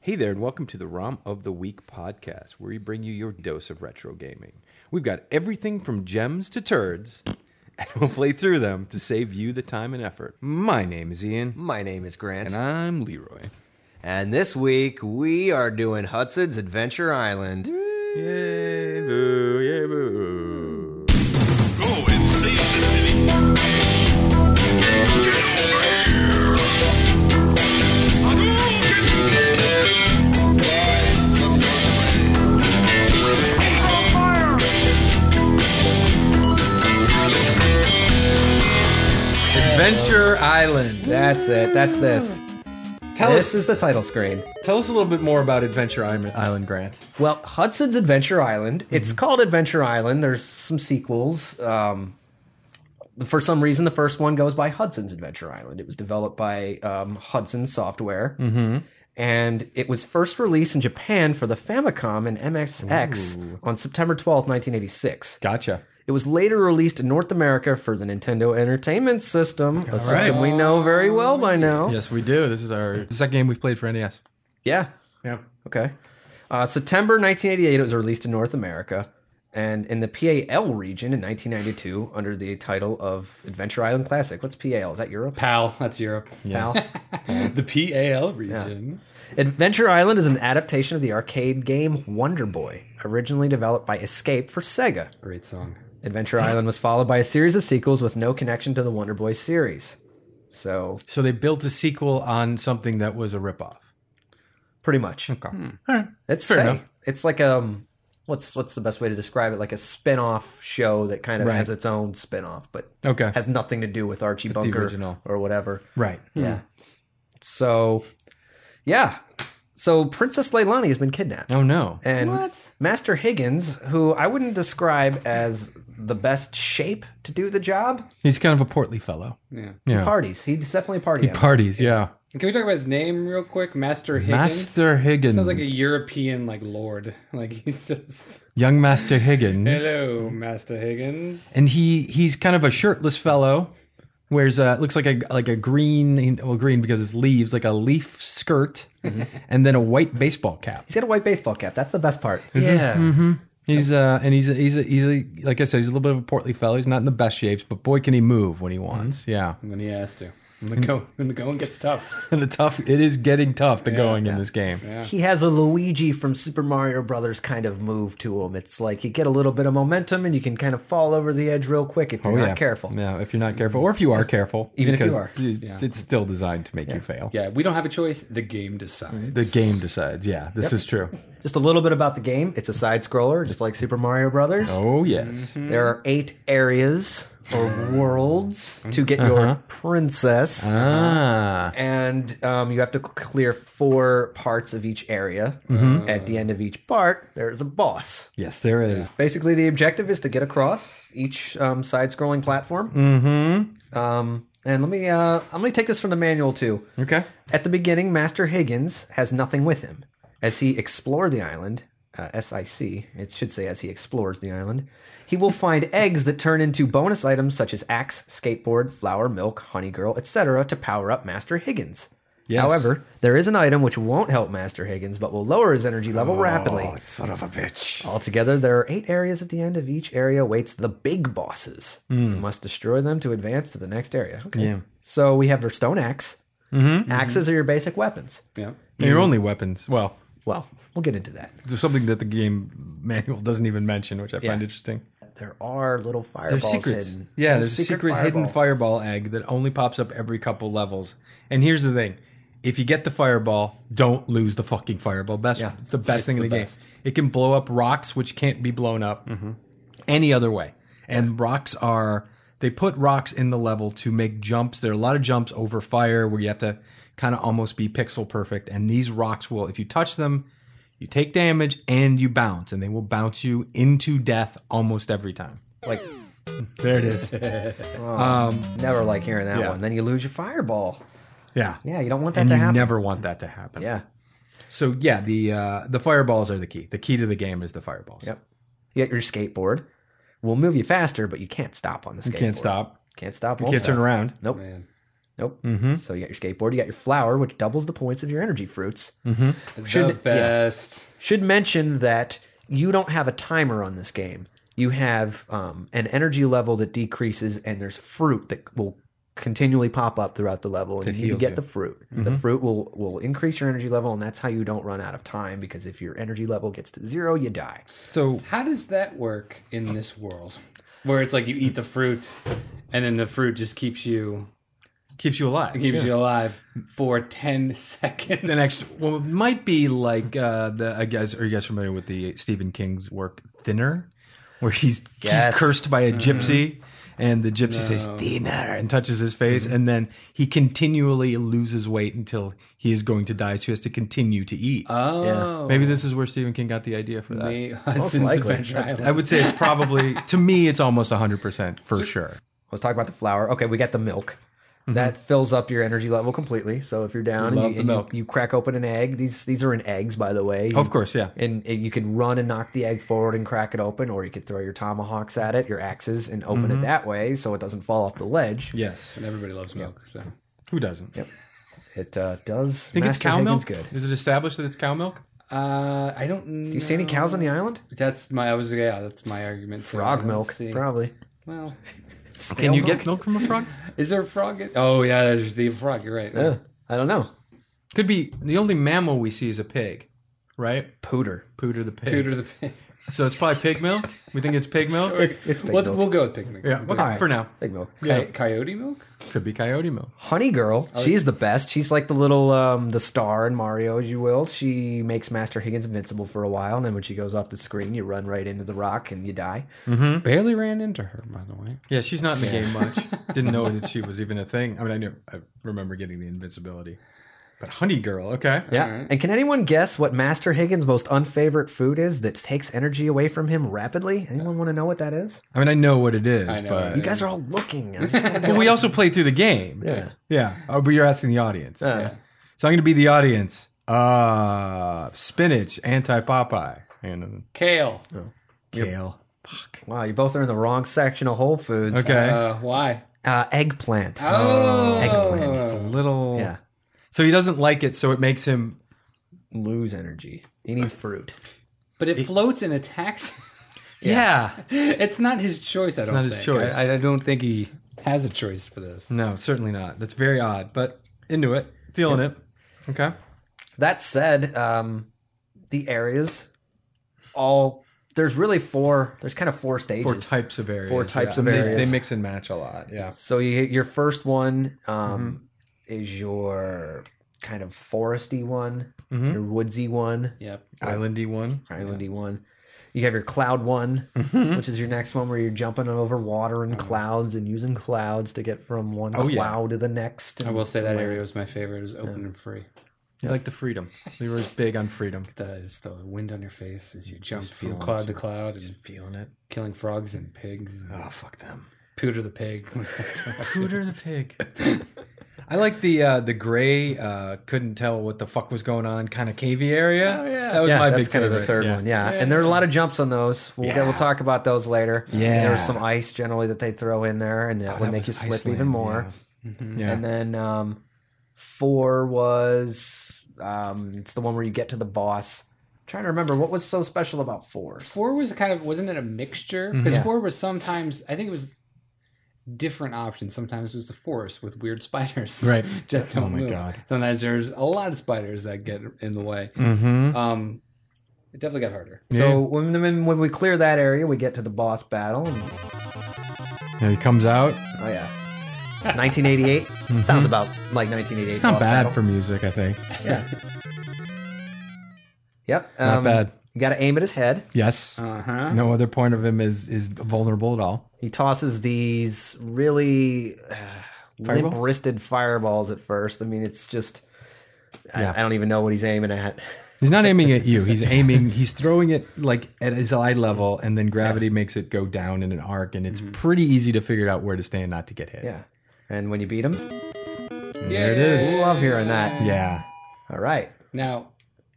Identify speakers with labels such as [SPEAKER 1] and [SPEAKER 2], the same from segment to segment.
[SPEAKER 1] Hey there, and welcome to the ROM of the Week podcast, where we bring you your dose of retro gaming. We've got everything from gems to turds, and we'll play through them to save you the time and effort. My name is Ian,
[SPEAKER 2] My name is Grant.
[SPEAKER 3] And
[SPEAKER 2] And,
[SPEAKER 3] I'm Leroy.
[SPEAKER 2] this week we are doing Hudson's Adventure Island.
[SPEAKER 1] Yay, boo, yay, boo.
[SPEAKER 4] Go and save the city.
[SPEAKER 1] Adventure Island.
[SPEAKER 2] That's it. That's this.
[SPEAKER 1] Tell
[SPEAKER 2] this is
[SPEAKER 1] us,
[SPEAKER 2] the title screen.
[SPEAKER 1] tell us a little bit more about Adventure Island, Island Grant.
[SPEAKER 2] Well, Hudson's Adventure Island.
[SPEAKER 1] Mm-hmm.
[SPEAKER 2] It's called Adventure Island. There's some sequels. Um, for some reason, the first one goes by Hudson's Adventure Island. It was developed by um, Hudson Software.
[SPEAKER 1] Mm-hmm.
[SPEAKER 2] And it was first released in Japan for the Famicom and MSX on September 12th, 1986.
[SPEAKER 1] Gotcha.
[SPEAKER 2] It was later released in North America for the Nintendo Entertainment System, a system we know very well by now.
[SPEAKER 1] Yes, we do. This is our second game we've played for E NES.
[SPEAKER 2] Yeah.
[SPEAKER 1] Yeah.
[SPEAKER 2] Okay. Uh, September 1988, it was released in North America and in the PAL region in 1992 under the title of Adventure Island Classic. What's PAL? Is that Europe?
[SPEAKER 3] PAL, that's Europe.
[SPEAKER 2] PAL?
[SPEAKER 3] The PAL region.
[SPEAKER 2] Adventure Island is an adaptation of the arcade game Wonder Boy, originally developed by Escape for Sega.
[SPEAKER 3] Great song.
[SPEAKER 2] Adventure Island was followed by a series of sequels with no connection to the Wonder Boy series. So,
[SPEAKER 1] So they built a sequel on something that was a ripoff.
[SPEAKER 2] pretty much.
[SPEAKER 1] Okay.
[SPEAKER 2] It's
[SPEAKER 1] Fair
[SPEAKER 2] say.
[SPEAKER 1] enough.
[SPEAKER 2] It's like um what's what's the best way to describe it? Like a spin-off show that kind of
[SPEAKER 1] Right.
[SPEAKER 2] has its own spin-off, but
[SPEAKER 1] Okay.
[SPEAKER 2] has nothing to do with Archie Bunker
[SPEAKER 1] original.
[SPEAKER 2] or whatever.
[SPEAKER 1] Right.
[SPEAKER 2] Yeah. So yeah. So Princess Leilani has been kidnapped.
[SPEAKER 1] Oh no.
[SPEAKER 2] And Master Higgins, who I wouldn't describe as the best shape to do the job,
[SPEAKER 1] He's kind of a portly fellow.
[SPEAKER 3] Yeah.
[SPEAKER 1] Yeah.
[SPEAKER 2] parties. He's definitely a party. animal.
[SPEAKER 1] Parties, yeah.
[SPEAKER 3] Can we talk about his name real quick? Master Higgins.
[SPEAKER 1] Master Higgins.
[SPEAKER 3] Sounds like a European like lord. Like he's just
[SPEAKER 1] young Master Higgins.
[SPEAKER 3] Hello, Master Higgins.
[SPEAKER 1] And he he's kind of a shirtless fellow. Wears a looks like a like a green well green because it's leaves like a leaf skirt,
[SPEAKER 3] Mm-hmm.
[SPEAKER 1] and then a white baseball cap.
[SPEAKER 2] He's got a white baseball cap. That's the best part.
[SPEAKER 3] Yeah.
[SPEAKER 1] He's uh and he's a, he's a, he's a, like I said he's a little bit of a portly fellow. He's not in the best shapes, but boy can he move
[SPEAKER 3] Mm-hmm.
[SPEAKER 1] when he wants. Yeah,
[SPEAKER 3] When he has to. When the go when the going gets tough.
[SPEAKER 1] and the tough it is getting tough the going in this game.
[SPEAKER 2] He has a Luigi from Super Mario Brothers kind of move to him. It's like you get a little bit of momentum and you can kind of fall over the edge real quick if you're not
[SPEAKER 1] Oh, yeah.
[SPEAKER 2] careful.
[SPEAKER 1] Yeah, if you're not careful, or if you are careful,
[SPEAKER 2] Even if you
[SPEAKER 1] because
[SPEAKER 2] are.
[SPEAKER 1] it- it's still designed to make you fail.
[SPEAKER 3] Yeah, we don't have a choice. The game decides.
[SPEAKER 1] The game decides. Yeah, this is true.
[SPEAKER 2] Just a little bit about the game. It's a side scroller, just like Super Mario Brothers.
[SPEAKER 1] Oh yes.
[SPEAKER 2] There are eight areas or worlds to get
[SPEAKER 1] Uh-huh.
[SPEAKER 2] your princess,
[SPEAKER 1] Ah.
[SPEAKER 2] and um, you have to c- clear four parts of each area.
[SPEAKER 1] Mm-hmm.
[SPEAKER 2] At the end of each part, there's a boss.
[SPEAKER 1] Yes, there is.
[SPEAKER 2] Basically, the objective is to get across each um, side-scrolling platform. Mm-hmm. Um, and let me, uh, I'm going to take this from the manual too.
[SPEAKER 1] Okay.
[SPEAKER 2] At the beginning, Master Higgins has nothing with him. As he explored the island, uh, SIC, it should say as he explores the island, he will find eggs that turn into bonus items such as axe, skateboard, flower, milk, honey girl, etc. to power up Master Higgins.
[SPEAKER 1] Yes.
[SPEAKER 2] However, there is an item which won't help Master Higgins but will lower his energy level
[SPEAKER 1] Oh.
[SPEAKER 2] rapidly.
[SPEAKER 1] Son of a bitch.
[SPEAKER 2] Altogether, there are eight areas at the end of each area awaits the big bosses. You must destroy them to advance to the next area. Okay.
[SPEAKER 1] Hmm. Yeah. Mm-hmm.
[SPEAKER 2] So we have our stone axe. Axes are your basic weapons.
[SPEAKER 3] Yeah.
[SPEAKER 1] Your only weapons. Well,
[SPEAKER 2] Well, we'll get into that.
[SPEAKER 1] there's something that the game manual doesn't even mention, which I
[SPEAKER 2] Yeah.
[SPEAKER 1] find interesting.
[SPEAKER 2] There are little fireballs
[SPEAKER 1] There's secrets.
[SPEAKER 2] hidden.
[SPEAKER 1] Yeah, there's, a secret hidden
[SPEAKER 2] fireball.
[SPEAKER 1] fireball egg that only pops up every couple levels. And here's the thing. If you get the fireball, don't lose the fucking fireball. Best,
[SPEAKER 2] Yeah.
[SPEAKER 1] it's the best Mm-hmm. thing in the
[SPEAKER 3] best.
[SPEAKER 1] game. It can blow up rocks, which can't be blown up any other way. And rocks are they put rocks in the level to make jumps. There are a lot of jumps over fire where you have to kind of almost be pixel perfect. And these rocks will, if you touch them, you take damage and you bounce, and they will bounce you into death almost every time.
[SPEAKER 2] Like
[SPEAKER 1] There it is.
[SPEAKER 2] never like hearing that
[SPEAKER 1] Yeah.
[SPEAKER 2] one. Then you lose your fireball.
[SPEAKER 1] Yeah.
[SPEAKER 2] Yeah, you don't want that
[SPEAKER 1] And
[SPEAKER 2] to
[SPEAKER 1] you
[SPEAKER 2] happen.
[SPEAKER 1] never want that to happen.
[SPEAKER 2] yeah.
[SPEAKER 1] So yeah, the uh, the fireballs are the key. The key to the game is the fireballs.
[SPEAKER 2] Yep. You get your skateboard. We'll move you faster, but you can't stop on the skateboard.
[SPEAKER 1] You can't stop.
[SPEAKER 2] Can't stop.
[SPEAKER 1] You can't turn Mm-hmm. around.
[SPEAKER 2] Nope.
[SPEAKER 3] Man.
[SPEAKER 2] Nope. So you got your skateboard, you got your flower, which doubles the points of your energy fruits.
[SPEAKER 1] Mm-hmm.
[SPEAKER 3] the
[SPEAKER 2] Should-
[SPEAKER 3] best.
[SPEAKER 2] Should mention that you don't have a timer on this game. You have um, an energy level that decreases, and there's fruit that will continually pop up throughout the level. And you need to
[SPEAKER 1] heals
[SPEAKER 2] get
[SPEAKER 1] you. Mm-hmm.
[SPEAKER 2] the fruit. The fruit will will increase your energy level, and that's how you don't run out of time. Because if your energy level gets to zero, you die.
[SPEAKER 1] So
[SPEAKER 3] How does that work in this world, where it's like you eat the fruit, and then the fruit just keeps you
[SPEAKER 1] keeps you alive.
[SPEAKER 3] keeps you alive for ten seconds?
[SPEAKER 1] the next well it might be like uh the I guys are you guys familiar with the Stephen King's work Thinner where he's
[SPEAKER 2] Yes. Mm-hmm.
[SPEAKER 1] he's cursed by a gypsy and the gypsy says thinner and touches his face
[SPEAKER 2] Mm-hmm.
[SPEAKER 1] and then he continually loses weight until he is going to die so he has to continue to eat.
[SPEAKER 3] oh,
[SPEAKER 1] Maybe this is where Stephen King got the idea for that.
[SPEAKER 3] maybe Hudson's
[SPEAKER 2] likely.
[SPEAKER 3] Adventure Island.
[SPEAKER 1] I would say it's probably to me it's almost 100% for sure.
[SPEAKER 2] Let's talk about the flower. Okay, we got the milk. That fills up your energy level completely. So if you're down,
[SPEAKER 1] Mm-hmm. Love the
[SPEAKER 2] and you, and you-
[SPEAKER 1] milk. Oh,
[SPEAKER 2] you crack open an egg. These these are in eggs, by the way.
[SPEAKER 1] Of course, yeah.
[SPEAKER 2] and it- you can run and knock the egg forward and crack it open, or you could throw your tomahawks at it, your axes, and open
[SPEAKER 1] Mm-hmm.
[SPEAKER 2] it that way so it doesn't fall off the ledge.
[SPEAKER 1] Yes.
[SPEAKER 3] And everybody loves milk. So
[SPEAKER 1] Who doesn't? Yep.
[SPEAKER 2] It uh, does.
[SPEAKER 1] Think it's
[SPEAKER 2] Master
[SPEAKER 1] cow
[SPEAKER 2] Higgins
[SPEAKER 1] milk?
[SPEAKER 2] Good.
[SPEAKER 1] Is it established that it's cow milk?
[SPEAKER 3] uh, I don't. Know.
[SPEAKER 2] Do you see any cows on the island?
[SPEAKER 3] That's my. I was yeah. That's my argument. too. I
[SPEAKER 2] Frog
[SPEAKER 3] don't
[SPEAKER 2] milk,
[SPEAKER 3] see-
[SPEAKER 2] probably.
[SPEAKER 3] Well,
[SPEAKER 1] Can you get milk from a frog?
[SPEAKER 3] is there a frog? In, oh yeah, there's the frog. You're right.
[SPEAKER 2] Uh, I don't know.
[SPEAKER 1] Could be the only mammal we see is a pig, right?
[SPEAKER 2] Pooter.
[SPEAKER 1] Pooter the pig.
[SPEAKER 3] Pooter the pig.
[SPEAKER 1] So it's probably pig milk. We think it's pig milk.
[SPEAKER 2] It's it's big
[SPEAKER 3] Let's,
[SPEAKER 2] milk.
[SPEAKER 3] we'll go with pig milk.
[SPEAKER 1] yeah, okay,
[SPEAKER 2] All right.
[SPEAKER 1] for now.
[SPEAKER 2] Big milk.
[SPEAKER 3] Coy- coyote milk.
[SPEAKER 1] Could be coyote milk.
[SPEAKER 2] Honey Girl,
[SPEAKER 3] Oh,
[SPEAKER 2] she's the best. She's like the little um the star in Mario, as you will. She makes Master Higgins invincible for a while, and then when she goes off the screen, you run right into the rock and you die. Hmm?
[SPEAKER 3] Barely ran into her, by the way.
[SPEAKER 1] Yeah, she's not in the game much. Didn't know that she was even a thing. I mean, I knew. I remember getting the invincibility, but honey girl. Okay.
[SPEAKER 2] Yeah. And can anyone guess what Master Higgins' most unfavorite food is that takes energy away from him rapidly? Anyone want to know what that is?
[SPEAKER 1] I mean, I know what it is,
[SPEAKER 3] know
[SPEAKER 1] but
[SPEAKER 3] what
[SPEAKER 2] You guys are all looking. I just wanna-
[SPEAKER 1] but we also played through the game.
[SPEAKER 2] Yeah.
[SPEAKER 1] Yeah. Oh, but you're asking the audience. Yeah. So I'm going to be the audience. Uh, spinach, anti Popeye, and
[SPEAKER 3] Kale.
[SPEAKER 1] kale. Fuck.
[SPEAKER 2] wow, you both are in the wrong section of Whole Foods.
[SPEAKER 1] Okay.
[SPEAKER 3] Uh, why?
[SPEAKER 2] Uh, eggplant.
[SPEAKER 3] Oh,
[SPEAKER 2] Eggplant.
[SPEAKER 1] it's a little.
[SPEAKER 2] Yeah.
[SPEAKER 1] So he doesn't like it, so it makes him.
[SPEAKER 2] Lose energy. He needs fruit.
[SPEAKER 3] but it floats and attacks.
[SPEAKER 1] Yeah.
[SPEAKER 3] it's not his choice. I don't.
[SPEAKER 1] not his
[SPEAKER 3] think.
[SPEAKER 1] choice.
[SPEAKER 3] I, I don't think he has a choice for
[SPEAKER 2] Hmm.
[SPEAKER 3] this.
[SPEAKER 1] No, certainly not. That's very odd, but into it, feeling it. Okay.
[SPEAKER 2] That said, um, the areas, all there's really four. There's kind of four stages.
[SPEAKER 1] Four types of areas.
[SPEAKER 2] Four types of
[SPEAKER 1] They-
[SPEAKER 2] areas.
[SPEAKER 1] They, mix and match a lot. Yeah.
[SPEAKER 2] So you, your first one um,
[SPEAKER 1] Mm-hmm.
[SPEAKER 2] is your kind of foresty one,
[SPEAKER 1] Mm-hmm.
[SPEAKER 2] your woodsy one,
[SPEAKER 3] Yep.
[SPEAKER 1] Islandy one.
[SPEAKER 2] islandy one. You have your cloud one,
[SPEAKER 1] Mm-hmm.
[SPEAKER 2] which is your next one where you're jumping over water and clouds and using clouds to get from one
[SPEAKER 1] Oh, yeah.
[SPEAKER 2] cloud to the next.
[SPEAKER 3] I will say that area was my favorite. It was open and free.
[SPEAKER 1] You like the freedom. Leroy's big on freedom.
[SPEAKER 3] The, it's the wind on your face as you jump from
[SPEAKER 1] feeling
[SPEAKER 3] cloud to cloud and
[SPEAKER 1] Feeling it.
[SPEAKER 3] killing frogs and pigs. And
[SPEAKER 1] Oh, fuck them.
[SPEAKER 3] Pooter the pig.
[SPEAKER 1] Hooter the pig. I like the uh, the gray. Uh, couldn't tell what the fuck was going on. Kind of cavey area.
[SPEAKER 3] Oh, yeah.
[SPEAKER 1] that was
[SPEAKER 2] yeah,
[SPEAKER 1] my
[SPEAKER 2] that's
[SPEAKER 1] big
[SPEAKER 2] kind of
[SPEAKER 1] favorite.
[SPEAKER 2] the third
[SPEAKER 1] yeah.
[SPEAKER 2] one. Yeah. and there are a lot of jumps on those. We'll get, we'll talk about those later.
[SPEAKER 1] Yeah. Oh,
[SPEAKER 2] there's some ice generally that they throw in there, and that would
[SPEAKER 1] that
[SPEAKER 2] make you
[SPEAKER 1] was
[SPEAKER 2] slip
[SPEAKER 1] Iceland,
[SPEAKER 2] even more.
[SPEAKER 1] Yeah.
[SPEAKER 2] And then um, four was um, it's the one where you get to the boss. trying to remember what was so special about four.
[SPEAKER 3] four was kind of wasn't it a mixture?
[SPEAKER 1] Mm-hmm.
[SPEAKER 3] Because four was sometimes I think it was different options. Sometimes it was the forest with weird spiders.
[SPEAKER 1] Right.
[SPEAKER 3] that don't
[SPEAKER 1] Oh my
[SPEAKER 3] move.
[SPEAKER 1] God.
[SPEAKER 3] Sometimes there's a lot of spiders that get in the way.
[SPEAKER 2] Mm-hmm.
[SPEAKER 3] Um, it definitely got harder.
[SPEAKER 2] So when, when when we clear that area, we get to the boss battle. and-
[SPEAKER 1] Now he comes out.
[SPEAKER 2] oh yeah, It's 1988 sounds about like 1988.
[SPEAKER 1] Mm-hmm. It's not
[SPEAKER 2] boss
[SPEAKER 1] bad
[SPEAKER 2] battle.
[SPEAKER 1] for music, I think.
[SPEAKER 2] Yeah. yep.
[SPEAKER 1] Not
[SPEAKER 2] um,
[SPEAKER 1] bad.
[SPEAKER 2] You got to aim at his head.
[SPEAKER 1] Yes.
[SPEAKER 3] Uh huh.
[SPEAKER 1] No other point of him is is vulnerable at all.
[SPEAKER 2] He tosses these really uh, limp
[SPEAKER 1] Fireballs?
[SPEAKER 2] wristed fireballs at first. I mean, it's just.
[SPEAKER 1] Yeah.
[SPEAKER 2] I, I don't even know what he's aiming at.
[SPEAKER 1] He's not aiming at you. He's aiming. He's throwing it like at his eye level, and then gravity makes it go down in an arc, and
[SPEAKER 3] Mm-hmm.
[SPEAKER 1] it's pretty easy to figure out where to stand not to get hit.
[SPEAKER 2] Yeah. And when you beat him,
[SPEAKER 1] There it is.
[SPEAKER 2] love hearing that.
[SPEAKER 1] Yeah.
[SPEAKER 2] All right.
[SPEAKER 3] Now,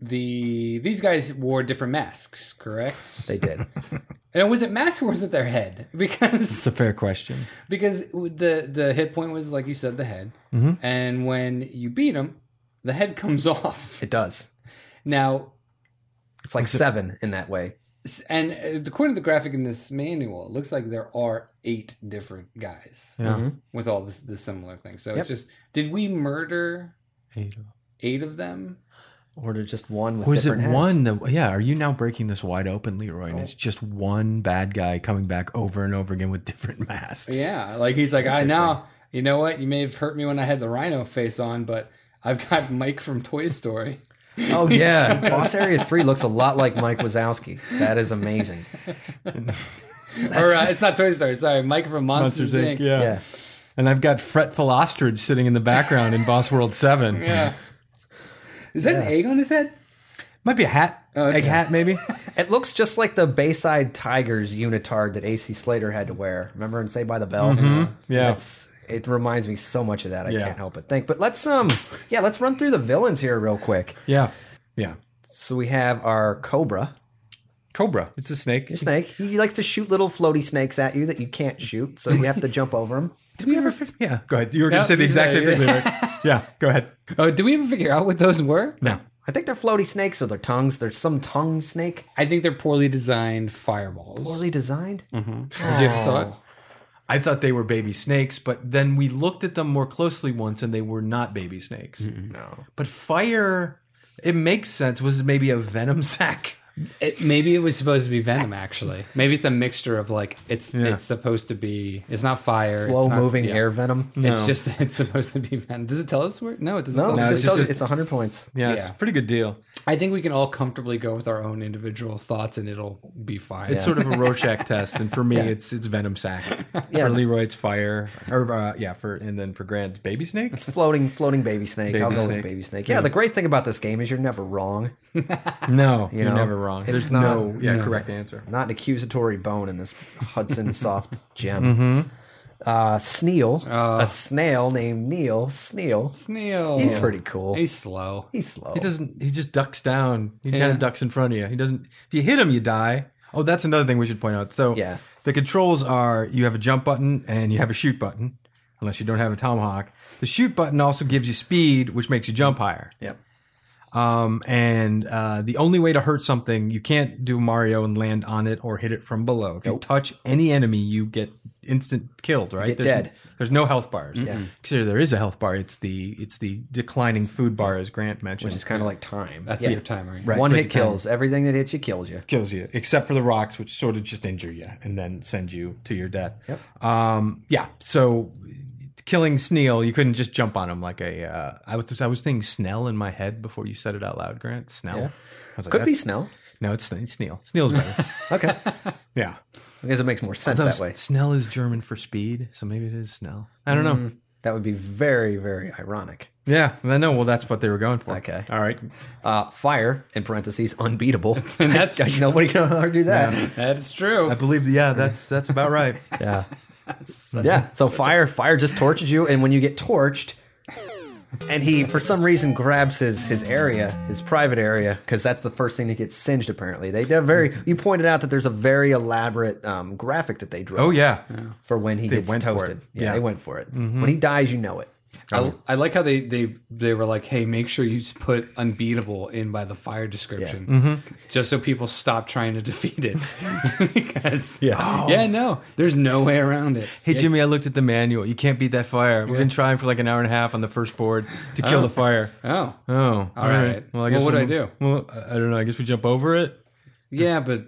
[SPEAKER 3] the these guys wore different masks, correct?
[SPEAKER 2] They did.
[SPEAKER 3] And was it mask or was it their head? Because
[SPEAKER 1] It's a fair question.
[SPEAKER 3] because the the hit point was like you said the head, and when you beat him, the head comes off.
[SPEAKER 2] It does.
[SPEAKER 3] Now,
[SPEAKER 2] It's like seven in that way.
[SPEAKER 3] s- and uh, according to the graphic in this manual, it looks like there are eight different guys
[SPEAKER 1] Yeah.
[SPEAKER 3] with all this, this similar thing. So
[SPEAKER 2] Yep.
[SPEAKER 3] it's just did we murder eight of them?
[SPEAKER 2] Or to just one with
[SPEAKER 1] Was it
[SPEAKER 2] different heads.
[SPEAKER 1] one? That, yeah. Are you now breaking this wide open, Leroy? And it's just one bad guy coming back over and over again with different masks.
[SPEAKER 3] Yeah, like he's like, I now you know what? You may have hurt me when I had the rhino face on, but I've got Mike from Toy Story.
[SPEAKER 2] Oh yeah, Boss Area Three looks a lot like Mike Wazowski. That is amazing.
[SPEAKER 3] or uh, it's not Toy Story. Sorry, Mike from Monsters, Inc.
[SPEAKER 1] Yeah.
[SPEAKER 2] Yeah,
[SPEAKER 1] And I've got fretful ostrich sitting in the background in Boss World Seven.
[SPEAKER 3] Yeah. Is that an egg on his head?
[SPEAKER 1] Might be a hat,
[SPEAKER 3] okay.
[SPEAKER 1] egg hat maybe.
[SPEAKER 2] it looks just like the Bayside Tigers unitard that AC Slater had to wear. Remember and Say by the Bell?
[SPEAKER 1] Mm-hmm. Yeah.
[SPEAKER 2] That's- it reminds me so much of that. I
[SPEAKER 1] Yeah.
[SPEAKER 2] can't help but think. But let's um, yeah, let's run through the villains here real quick.
[SPEAKER 1] yeah, yeah.
[SPEAKER 2] So we have our Cobra
[SPEAKER 1] Cobra. It's a snake.
[SPEAKER 2] snake. He likes to shoot little floaty snakes at you that you can't shoot, so you have to jump over him.
[SPEAKER 1] Did we ever? Figure, yeah. Go ahead. You were going to
[SPEAKER 3] Yep,
[SPEAKER 1] say the
[SPEAKER 3] you
[SPEAKER 1] exact
[SPEAKER 3] said
[SPEAKER 1] same
[SPEAKER 3] it,
[SPEAKER 1] thing. Leroy. yeah. Go ahead.
[SPEAKER 3] Oh, did we even figure out what those were?
[SPEAKER 1] Now.
[SPEAKER 2] I think they're floaty snakes or they're tongues. There's some tongue snake.
[SPEAKER 3] I think they're poorly designed fireballs.
[SPEAKER 2] Poorly designed.
[SPEAKER 3] Did you ever saw it?
[SPEAKER 1] Oh. I thought they were baby snakes, but then we looked at them more closely once and they were not baby snakes.
[SPEAKER 2] No.
[SPEAKER 1] But fire, it makes sense. Was it maybe a venom sac?
[SPEAKER 3] It- Maybe it was supposed to be venom. Actually, maybe it's a mixture of like it's
[SPEAKER 1] Yeah.
[SPEAKER 3] it's supposed to be. It's not fire.
[SPEAKER 2] Slow
[SPEAKER 3] it's not-
[SPEAKER 2] moving air venom.
[SPEAKER 3] It's just it's supposed to be venom. Does it tell us where? No, it doesn't.
[SPEAKER 2] No,
[SPEAKER 3] tell
[SPEAKER 2] it
[SPEAKER 3] us.
[SPEAKER 2] just
[SPEAKER 1] it's
[SPEAKER 2] tells you
[SPEAKER 1] just-
[SPEAKER 2] it's 100 points.
[SPEAKER 1] Yeah, it's
[SPEAKER 3] Yeah.
[SPEAKER 1] a pretty good deal.
[SPEAKER 3] I think we can all comfortably go with our own individual thoughts, and it'll be fine.
[SPEAKER 1] It's sort of a Rorschach test, and for me, it's it's venom sac.
[SPEAKER 2] Yeah.
[SPEAKER 1] For Leroy, it's fire, or uh, yeah, for and then for Grant, baby snake.
[SPEAKER 2] Floating, floating baby snake.
[SPEAKER 1] Baby
[SPEAKER 2] I'll go with
[SPEAKER 1] snake.
[SPEAKER 2] baby snake. Yeah, the great thing about this game is you're never wrong.
[SPEAKER 1] No, you are
[SPEAKER 2] know,
[SPEAKER 1] never wrong.
[SPEAKER 2] it's
[SPEAKER 1] There's
[SPEAKER 2] not-
[SPEAKER 1] no yeah correct answer.
[SPEAKER 2] Not an accusatory bone in this Hudson soft gem. Uh, Sneal, a snail named Neil Sneal.
[SPEAKER 3] Neil,
[SPEAKER 2] He's pretty cool. He's,
[SPEAKER 3] Oh. He's slow.
[SPEAKER 2] slow.
[SPEAKER 1] He doesn't. He just ducks down. He kind of ducks in front of you. He doesn't. If you hit him, you die. Oh, that's another thing we should point out. So
[SPEAKER 2] Yeah.
[SPEAKER 1] the controls are you have a jump button and you have a shoot button, unless you don't have a tomahawk. The shoot button also gives you speed, which makes you jump higher.
[SPEAKER 2] Yep.
[SPEAKER 1] Um, and uh, the only way to hurt something, you can't do Mario and land on it or hit it from below. If you touch any enemy, you get instant killed. Right?
[SPEAKER 2] get
[SPEAKER 1] there's,
[SPEAKER 2] dead.
[SPEAKER 1] There's no health bars. Yeah. Consider there is a health bar. It's the it's the declining food bar, as Grant mentioned.
[SPEAKER 2] Which is kind of like time.
[SPEAKER 3] That's your timer.
[SPEAKER 1] Right,
[SPEAKER 2] One
[SPEAKER 1] it's
[SPEAKER 2] hit
[SPEAKER 1] like time.
[SPEAKER 2] kills. Everything that hits you kills you.
[SPEAKER 1] kills you, except for the rocks, which sort of just injure you and then send you to your death. Yep. Um, yeah. So killing Sneal, you couldn't just jump on him like a. Uh, I was I was thinking Snell in my head before you said it out loud, Grant. Snell. I was like,
[SPEAKER 2] Could be
[SPEAKER 1] that's-
[SPEAKER 2] Snell.
[SPEAKER 1] No, it's, it's Sneal. Sneal's better.
[SPEAKER 2] Okay.
[SPEAKER 1] yeah.
[SPEAKER 2] because it makes more sense that way.
[SPEAKER 1] Snell is German for speed, so maybe it is Snell. I don't know.
[SPEAKER 2] That would be very, very ironic.
[SPEAKER 1] Yeah, I know. Well, that's what they were going for.
[SPEAKER 2] Okay.
[SPEAKER 1] All right.
[SPEAKER 2] Uh, fire, in parentheses, unbeatable.
[SPEAKER 3] And that's
[SPEAKER 2] Nobody can argue that.
[SPEAKER 3] that's true.
[SPEAKER 1] I believe. Yeah, that's that's about right.
[SPEAKER 2] Yeah. yeah. So fire, fire just torches you, and when you get torched, and he for some reason grabs his his area, his private area, because that's the first thing that gets singed. Apparently, they they're very. You pointed out that there's a very elaborate um, graphic that they drew.
[SPEAKER 1] Oh yeah.
[SPEAKER 2] For when he gets
[SPEAKER 1] went for it.
[SPEAKER 2] toasted. Yeah,
[SPEAKER 1] Yeah. Mm-hmm.
[SPEAKER 2] they went for it. When he dies, you know it.
[SPEAKER 3] I, I like how they, they they were like, hey, make sure you just put unbeatable in by the fire description,
[SPEAKER 2] Mm-hmm.
[SPEAKER 3] just so people stop trying to defeat it. because yeah, no, there's no way around it.
[SPEAKER 1] Hey Jimmy, I looked at the manual. You can't beat that fire. We've been trying for like an hour and a half on the first board to kill the fire.
[SPEAKER 3] Oh,
[SPEAKER 1] Oh, all
[SPEAKER 3] right. Well, what'd
[SPEAKER 1] we'll-
[SPEAKER 3] I do?
[SPEAKER 1] Well, I I don't know. I guess we jump over it.
[SPEAKER 3] yeah, but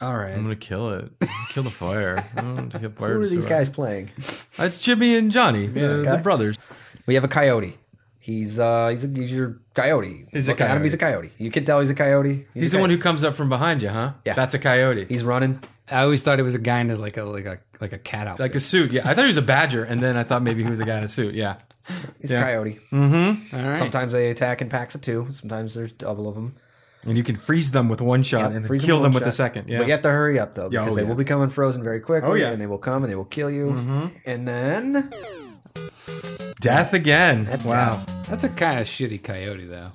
[SPEAKER 3] all right.
[SPEAKER 1] I'm
[SPEAKER 2] Mm-hmm.
[SPEAKER 1] gonna kill it. kill the fire. oh, to get fire
[SPEAKER 2] Who are
[SPEAKER 1] to
[SPEAKER 2] these
[SPEAKER 1] survive.
[SPEAKER 2] guys playing?
[SPEAKER 1] It's Jimmy and Johnny, the, the
[SPEAKER 2] Okay.
[SPEAKER 1] brothers.
[SPEAKER 2] We have a coyote. He's uh he's, a, he's your coyote.
[SPEAKER 1] He's a
[SPEAKER 2] Looking At him,
[SPEAKER 1] coyote.
[SPEAKER 2] he's a coyote. You can tell he's a coyote.
[SPEAKER 1] He's the one who comes up from behind you, huh?
[SPEAKER 2] Yeah.
[SPEAKER 1] That's a coyote.
[SPEAKER 2] he's running.
[SPEAKER 3] I always thought it was a guy in a- like a like a like a cat outfit.
[SPEAKER 1] like a suit. Yeah, I thought he was a badger, and then I thought maybe he was a guy in a suit. Yeah.
[SPEAKER 2] He's
[SPEAKER 1] Yeah.
[SPEAKER 2] a coyote.
[SPEAKER 3] all right.
[SPEAKER 2] Sometimes they attack in packs of two. Sometimes there's double of them.
[SPEAKER 1] And you can freeze them with one shot and then
[SPEAKER 2] Freeze
[SPEAKER 1] kill them
[SPEAKER 2] one
[SPEAKER 1] with the
[SPEAKER 2] shot.
[SPEAKER 1] second. Yeah.
[SPEAKER 2] But you have to hurry up though, because
[SPEAKER 1] oh,
[SPEAKER 2] they
[SPEAKER 1] yeah.
[SPEAKER 2] will be coming frozen very quickly.
[SPEAKER 1] Oh, yeah. Mm-hmm.
[SPEAKER 2] and they will come and they will kill you. And then
[SPEAKER 1] Death again. wow.
[SPEAKER 2] death.
[SPEAKER 3] That's a kind of shitty coyote though.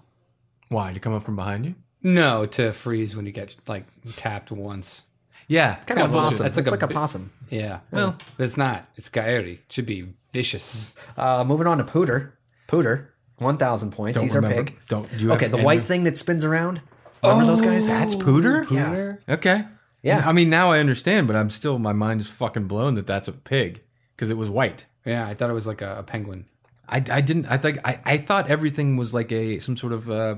[SPEAKER 1] Why to come up from behind you?
[SPEAKER 3] No, to freeze when you get like tapped once.
[SPEAKER 1] Yeah, it's
[SPEAKER 2] Kind of a
[SPEAKER 3] bullshit.
[SPEAKER 2] possum.
[SPEAKER 3] That's
[SPEAKER 2] it's
[SPEAKER 3] like
[SPEAKER 2] like
[SPEAKER 3] a
[SPEAKER 2] a
[SPEAKER 3] bi-
[SPEAKER 2] possum.
[SPEAKER 3] Yeah. Well, it's not. It's coyote. It should be vicious.
[SPEAKER 2] Uh, moving on to Pooter. Pooter, 1,000 points.
[SPEAKER 1] Don't
[SPEAKER 2] He's our
[SPEAKER 1] remember.
[SPEAKER 2] pig.
[SPEAKER 1] Don't- do you Oh,
[SPEAKER 2] okay,
[SPEAKER 1] have
[SPEAKER 2] the
[SPEAKER 1] any-
[SPEAKER 2] white thing that spins around. Remember those guys?
[SPEAKER 1] That's Pooter.
[SPEAKER 2] Oh. Yeah.
[SPEAKER 1] Okay.
[SPEAKER 2] Yeah.
[SPEAKER 1] I mean, now I understand, but I'm still my mind is fucking blown that that's a pig because it was white.
[SPEAKER 3] Yeah, I thought it was like a, a penguin.
[SPEAKER 1] I, I didn't. I think I, I thought everything was like a some sort of uh, uh,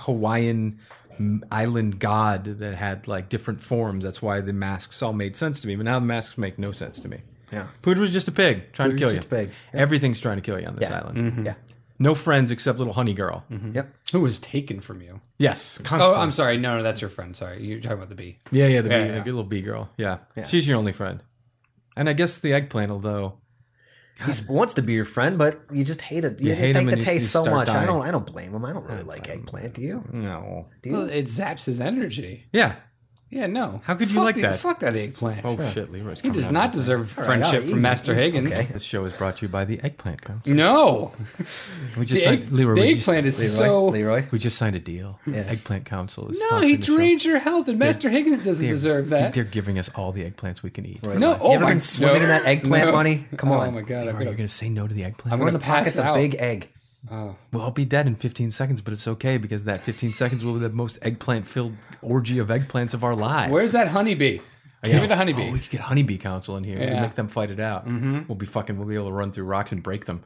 [SPEAKER 1] Hawaiian mm, island god that had like different forms. That's why the masks all made sense to me. But now the masks make no sense to me.
[SPEAKER 2] Yeah.
[SPEAKER 1] Pooter was just a pig trying to
[SPEAKER 2] Pooter's
[SPEAKER 1] kill Mm-hmm.
[SPEAKER 2] just
[SPEAKER 1] you.
[SPEAKER 2] a pig.
[SPEAKER 1] Everything's trying to kill you on this
[SPEAKER 2] Yeah. Mm-hmm.
[SPEAKER 1] island.
[SPEAKER 2] Yeah.
[SPEAKER 1] No friends except little honey girl.
[SPEAKER 2] Yep.
[SPEAKER 3] Who was taken from you?
[SPEAKER 1] Yes,
[SPEAKER 3] Oh,
[SPEAKER 1] constantly.
[SPEAKER 3] I'm sorry. No, no, that's your friend. Sorry, you're talking about the bee.
[SPEAKER 1] Yeah, yeah, the bee,
[SPEAKER 3] yeah.
[SPEAKER 1] the little bee girl. Yeah. she's your only friend. And I guess the eggplant, although
[SPEAKER 2] He wants to be your friend, but you just hate it. You, just
[SPEAKER 1] hate
[SPEAKER 2] hate,
[SPEAKER 1] him
[SPEAKER 2] the
[SPEAKER 1] and you- you
[SPEAKER 2] taste so
[SPEAKER 1] start
[SPEAKER 2] much. I
[SPEAKER 1] dying.
[SPEAKER 2] don't. I don't blame him. I don't really like eggplant. Do you?
[SPEAKER 1] no.
[SPEAKER 3] Well, it zaps his energy.
[SPEAKER 1] Yeah.
[SPEAKER 3] Yeah, no.
[SPEAKER 1] How could you
[SPEAKER 3] Fuck
[SPEAKER 1] like
[SPEAKER 3] the-
[SPEAKER 1] that?
[SPEAKER 3] Fuck that eggplant.
[SPEAKER 1] Oh shit, Leroy's
[SPEAKER 3] He
[SPEAKER 1] coming
[SPEAKER 3] does
[SPEAKER 1] out.
[SPEAKER 3] not deserve friendship
[SPEAKER 2] yeah,
[SPEAKER 3] from
[SPEAKER 2] easy.
[SPEAKER 3] Master Higgins.
[SPEAKER 2] Okay.
[SPEAKER 1] This show is brought to you by the eggplant. Council.
[SPEAKER 3] No,
[SPEAKER 1] We
[SPEAKER 3] the,
[SPEAKER 1] just
[SPEAKER 3] egg,
[SPEAKER 1] signed, Leroy,
[SPEAKER 3] the
[SPEAKER 1] we just-
[SPEAKER 3] eggplant is
[SPEAKER 2] Leroy.
[SPEAKER 3] so.
[SPEAKER 2] Leroy.
[SPEAKER 1] We just signed a deal. Eggplant Council is
[SPEAKER 3] No,
[SPEAKER 1] sponsoring
[SPEAKER 3] he
[SPEAKER 1] the show.
[SPEAKER 3] drains your health, and Master Higgins doesn't
[SPEAKER 1] They're-
[SPEAKER 3] deserve that.
[SPEAKER 1] They're giving us all the eggplants we can eat. Right.
[SPEAKER 3] No, oh
[SPEAKER 2] you ever
[SPEAKER 3] my
[SPEAKER 2] been swimming
[SPEAKER 3] no.
[SPEAKER 2] in that eggplant
[SPEAKER 3] No.
[SPEAKER 2] money? Come
[SPEAKER 3] Oh
[SPEAKER 2] on.
[SPEAKER 3] my god, I
[SPEAKER 1] You're
[SPEAKER 3] feel
[SPEAKER 1] going to say no to the eggplant.
[SPEAKER 3] I'm
[SPEAKER 2] We're in
[SPEAKER 3] gonna
[SPEAKER 2] the
[SPEAKER 3] pass
[SPEAKER 2] pockets of
[SPEAKER 3] out.
[SPEAKER 2] big egg.
[SPEAKER 1] We'll all be dead in 15 seconds, but it's okay because that 15 seconds will be the most eggplant-filled orgy of eggplants of our lives.
[SPEAKER 3] Where's that honeybee? Give me the honeybee.
[SPEAKER 1] Oh, we could get honeybee council in here. We
[SPEAKER 3] Yeah.
[SPEAKER 1] could make them fight it out. We'll be fucking. We'll be able to run through rocks and break them.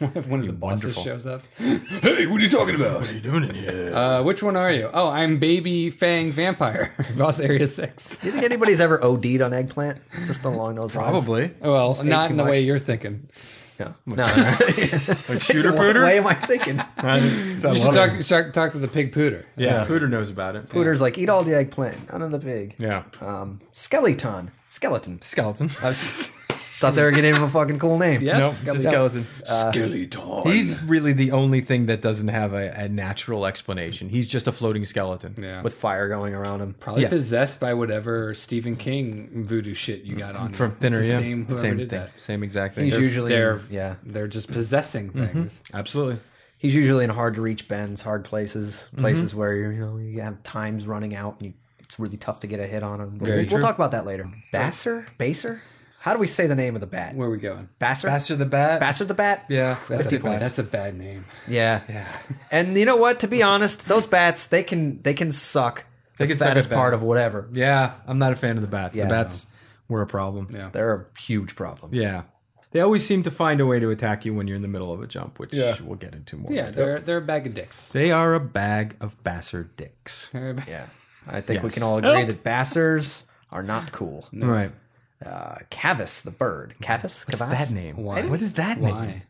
[SPEAKER 3] if one of the bosses
[SPEAKER 1] wonderful.
[SPEAKER 3] shows up. hey, what are you talking about?
[SPEAKER 1] What are you doing in here?
[SPEAKER 3] Uh, which one are you? Oh, I'm Baby Fang Vampire, Boss Area 6.
[SPEAKER 2] Do you think anybody's ever OD'd on eggplant? Just along those lines.
[SPEAKER 1] Probably.
[SPEAKER 3] Well, not
[SPEAKER 2] too
[SPEAKER 3] in the way
[SPEAKER 2] much.
[SPEAKER 3] you're thinking.
[SPEAKER 2] Yeah. No. no.
[SPEAKER 1] Like shooter
[SPEAKER 2] what
[SPEAKER 1] pooter.
[SPEAKER 2] way am I thinking?
[SPEAKER 3] You should talk, start- talk to the pig pooter.
[SPEAKER 1] yeah, pooter knows about it.
[SPEAKER 2] Pooter's like, eat all the eggplant, none of the pig.
[SPEAKER 1] Yeah.
[SPEAKER 2] Um, skeleton. Skeleton.
[SPEAKER 1] Skeleton.
[SPEAKER 2] Thought they were gonna give him a fucking cool name.
[SPEAKER 3] Yes,
[SPEAKER 1] nope,
[SPEAKER 3] skeleton.
[SPEAKER 1] just skeleton.
[SPEAKER 3] Skeleton.
[SPEAKER 1] He's really the only thing that doesn't have a, a natural explanation. He's just a floating skeleton.
[SPEAKER 3] yeah.
[SPEAKER 2] With fire going around him.
[SPEAKER 3] Probably
[SPEAKER 1] yeah.
[SPEAKER 3] possessed by whatever Stephen King voodoo shit you got on.
[SPEAKER 1] From
[SPEAKER 3] you.
[SPEAKER 1] thinner,
[SPEAKER 3] It's the
[SPEAKER 1] yeah.
[SPEAKER 3] Same, whoever
[SPEAKER 1] Same
[SPEAKER 3] did
[SPEAKER 1] thing.
[SPEAKER 3] that.
[SPEAKER 1] Same exact thing.
[SPEAKER 2] He's
[SPEAKER 1] They're-
[SPEAKER 2] usually
[SPEAKER 3] They're,
[SPEAKER 2] yeah.
[SPEAKER 3] they're just possessing things.
[SPEAKER 1] Absolutely.
[SPEAKER 2] He's usually in hard to reach bends, hard places,
[SPEAKER 1] Mm-hmm.
[SPEAKER 2] places where you you know you have times running out and you, it's really tough to get a hit on him. We'll,
[SPEAKER 1] Very
[SPEAKER 2] we'll
[SPEAKER 1] true.
[SPEAKER 2] talk about that later. Basser, Baser, how do we say the name of the bat?
[SPEAKER 3] Where are we going?
[SPEAKER 2] Basser, Basser,
[SPEAKER 1] the bat.
[SPEAKER 2] the bat.
[SPEAKER 1] Yeah.
[SPEAKER 3] That's, a,
[SPEAKER 1] Basser
[SPEAKER 3] bad,
[SPEAKER 1] Bats.
[SPEAKER 3] that's a bad name.
[SPEAKER 2] yeah, And you know what? To be honest, those bats they can they can suck. They the
[SPEAKER 1] can suck
[SPEAKER 2] fattest
[SPEAKER 1] a bat.
[SPEAKER 2] part of whatever.
[SPEAKER 1] Yeah. I'm not a fan of the bats.
[SPEAKER 2] Yeah.
[SPEAKER 1] the bats were a problem.
[SPEAKER 3] Yeah.
[SPEAKER 2] They're a huge problem.
[SPEAKER 1] Yeah. They always seem to find a way to attack you when you're in the middle of a jump, which
[SPEAKER 3] Yeah.
[SPEAKER 1] we'll get into more.
[SPEAKER 3] Yeah,
[SPEAKER 1] later.
[SPEAKER 3] they're, they're a bag of dicks.
[SPEAKER 1] They are a bag of Basser dicks.
[SPEAKER 3] They're a bag-
[SPEAKER 2] Yeah. I think we
[SPEAKER 1] Yes.
[SPEAKER 2] can all agree that bassers are not cool.
[SPEAKER 1] Right.
[SPEAKER 2] Uh, Cavis, the bird. Cavis? What's
[SPEAKER 1] That name.
[SPEAKER 3] Why?
[SPEAKER 1] What is that name?
[SPEAKER 3] Why?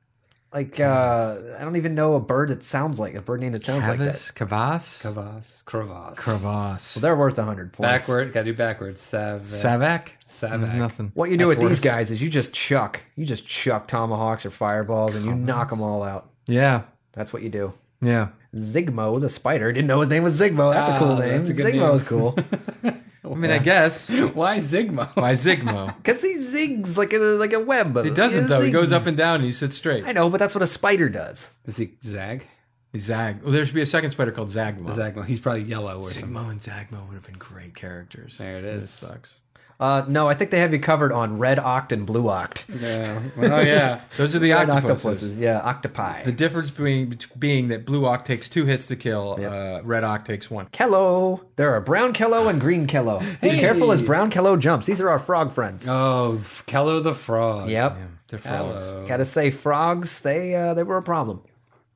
[SPEAKER 2] Like, uh, I don't even know a bird that sounds like a bird name that sounds like that.
[SPEAKER 1] Cavis? Cavas?
[SPEAKER 3] Kavas. Kravas.
[SPEAKER 1] Cravas.
[SPEAKER 2] They're worth 100 points.
[SPEAKER 3] Backward. Gotta do backwards. Sav.
[SPEAKER 1] Savak?
[SPEAKER 3] Savak.
[SPEAKER 1] Nothing.
[SPEAKER 2] What you do
[SPEAKER 3] That's
[SPEAKER 2] with
[SPEAKER 3] worse.
[SPEAKER 2] these guys is you just chuck. You just chuck tomahawks or fireballs and you knock them all out.
[SPEAKER 1] Yeah.
[SPEAKER 2] That's what you do.
[SPEAKER 1] Yeah.
[SPEAKER 2] Zigmo the spider. Didn't know his name was Zigmo. That's a cool
[SPEAKER 3] Ah,
[SPEAKER 2] name.
[SPEAKER 3] that's a good
[SPEAKER 2] Zigmo
[SPEAKER 3] name.
[SPEAKER 2] is cool.
[SPEAKER 1] I mean, I guess.
[SPEAKER 3] Why Zigma?
[SPEAKER 1] By Zigmo.
[SPEAKER 2] Because he zigs like a, like a web.
[SPEAKER 1] He doesn't though. He goes up and down and he sits straight.
[SPEAKER 2] I know, but that's what a spider does.
[SPEAKER 3] Zigzag?
[SPEAKER 1] Zag. Well, there should be a second spider called Zagmo.
[SPEAKER 3] Zagmo. He's probably yellow or something.
[SPEAKER 1] Zagmo and Zagmo would have been great characters.
[SPEAKER 3] There it
[SPEAKER 1] This
[SPEAKER 3] is.
[SPEAKER 1] sucks.
[SPEAKER 2] Uh, no, I think they have you covered on red oct and blue oct.
[SPEAKER 3] Yeah. Oh, yeah.
[SPEAKER 1] Those are the
[SPEAKER 2] Red
[SPEAKER 1] octopuses.
[SPEAKER 2] octopuses, yeah, octopi.
[SPEAKER 1] The difference being being that blue ock takes two hits to kill, uh, red ock takes one.
[SPEAKER 2] Kello. There are brown Kello and green Kello. Be careful as brown Kello jumps. These are our frog friends.
[SPEAKER 3] Oh, f- Kello the Frog.
[SPEAKER 2] yep.
[SPEAKER 1] They're frogs.
[SPEAKER 3] Hello.
[SPEAKER 2] Gotta say, frogs, they uh, they were a problem.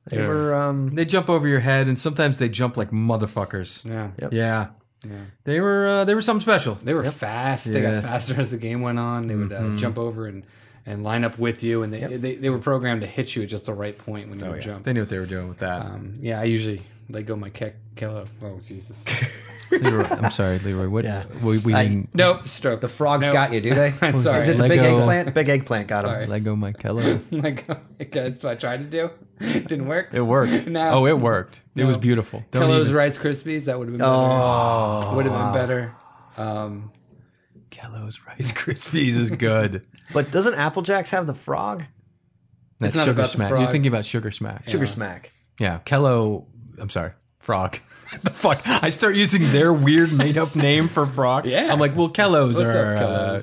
[SPEAKER 2] They were, um,
[SPEAKER 1] They jump over your head, and sometimes they jump like motherfuckers. Yeah,
[SPEAKER 3] Yeah.
[SPEAKER 1] yeah. They were uh, they were something special.
[SPEAKER 3] They were fast. They
[SPEAKER 1] Yeah.
[SPEAKER 3] got faster as the game went on. They would uh, jump over and, and line up with you, and they, they they were programmed to hit you at just the right point when you would jump.
[SPEAKER 1] They knew what they were doing with that.
[SPEAKER 3] Um, yeah, I usually let go my ke- Kello. Oh, Jesus.
[SPEAKER 1] Leroy, I'm sorry, Leroy. What? We, we didn't-
[SPEAKER 3] nope. Stroke.
[SPEAKER 2] the frogs
[SPEAKER 3] No.
[SPEAKER 2] got you, do they?
[SPEAKER 3] I'm sorry.
[SPEAKER 2] Is it the big
[SPEAKER 1] Lego.
[SPEAKER 2] eggplant? Big eggplant got them.
[SPEAKER 1] Lego Mike Keller.
[SPEAKER 3] Like, oh that's what I tried to do. It didn't work.
[SPEAKER 1] It worked.
[SPEAKER 3] No.
[SPEAKER 1] Oh, it worked. It was beautiful. Don't
[SPEAKER 3] Kello's
[SPEAKER 1] even-
[SPEAKER 3] Rice Krispies. That would have been better. Oh, would have been better.
[SPEAKER 1] Kello's Rice Krispies is good.
[SPEAKER 2] But doesn't Applejacks have the frog?
[SPEAKER 1] That's
[SPEAKER 3] not
[SPEAKER 1] Sugar
[SPEAKER 3] about the
[SPEAKER 1] Smack.
[SPEAKER 3] frog.
[SPEAKER 1] You're thinking about Sugar Smack.
[SPEAKER 2] Sugar smack.
[SPEAKER 1] Yeah, Kello. I'm sorry, Frog. What the fuck? I start using their weird made up name for frog.
[SPEAKER 3] Yeah.
[SPEAKER 1] I'm like, well, Kellos
[SPEAKER 3] What's up,
[SPEAKER 1] are. uh,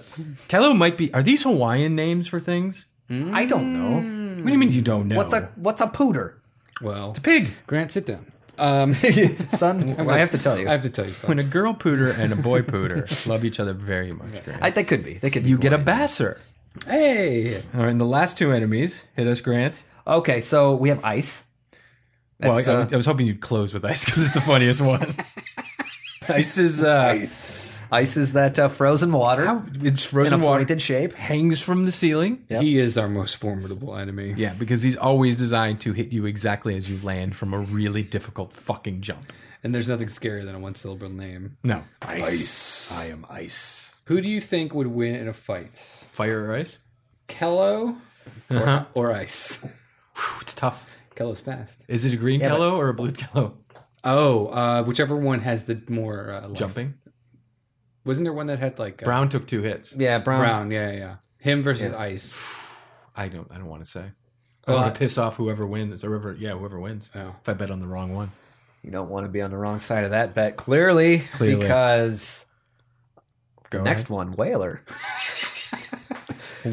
[SPEAKER 1] Kello might be. Are these Hawaiian names for things?
[SPEAKER 2] I don't know.
[SPEAKER 1] What do you mean you don't know?
[SPEAKER 2] What's a what's a pooter,
[SPEAKER 3] Well,
[SPEAKER 1] pig?
[SPEAKER 3] Grant, sit down. Um,
[SPEAKER 2] son? well, I have to tell you.
[SPEAKER 3] I have to tell you
[SPEAKER 1] When
[SPEAKER 3] something.
[SPEAKER 1] a girl pooter and a boy pooter love each other very much, Grant.
[SPEAKER 2] I, they could be. They could. Be
[SPEAKER 1] you get a
[SPEAKER 2] Hawaiian.
[SPEAKER 1] basser.
[SPEAKER 3] Hey,
[SPEAKER 1] All right, and the last two enemies hit us, Grant.
[SPEAKER 2] Okay, so we have ice.
[SPEAKER 1] Well,
[SPEAKER 2] That's,
[SPEAKER 1] I,
[SPEAKER 2] uh,
[SPEAKER 1] I was hoping you'd close with ice because it's the funniest one. ice is uh,
[SPEAKER 2] Ice is that uh, frozen water
[SPEAKER 1] how- it's
[SPEAKER 2] in a
[SPEAKER 1] frozen water,
[SPEAKER 2] pointed shape.
[SPEAKER 1] hangs from the ceiling.
[SPEAKER 2] Yep.
[SPEAKER 3] he is our most formidable enemy.
[SPEAKER 1] Yeah, because he's always designed to hit you exactly as you land from a really difficult fucking jump.
[SPEAKER 3] And there's nothing scarier than a one syllable name.
[SPEAKER 1] No, ice. I am ice.
[SPEAKER 3] Who do you think would win in a fight?
[SPEAKER 1] Fire or ice?
[SPEAKER 3] Kello or,
[SPEAKER 1] Uh-huh.
[SPEAKER 3] or Ice?
[SPEAKER 1] Phew, it's tough.
[SPEAKER 3] Kello's fast.
[SPEAKER 1] Is it a green kello or a blue kello?
[SPEAKER 3] Oh, uh, whichever one has the more uh, life.
[SPEAKER 1] Jumping.
[SPEAKER 3] Wasn't there one that had like uh,
[SPEAKER 1] Brown took two hits.
[SPEAKER 2] Yeah, brown.
[SPEAKER 3] Brown, yeah, yeah. Him versus Ice.
[SPEAKER 1] I don't. I don't want to say. I
[SPEAKER 3] Oh,
[SPEAKER 1] want
[SPEAKER 3] I-
[SPEAKER 1] to piss off whoever wins or whoever. Yeah, whoever wins.
[SPEAKER 3] Oh.
[SPEAKER 1] If I bet on the wrong one.
[SPEAKER 2] You don't want to be on the wrong side of that bet, clearly,
[SPEAKER 1] Clearly.
[SPEAKER 2] because
[SPEAKER 1] Go
[SPEAKER 2] next one, whaler.
[SPEAKER 1] ahead.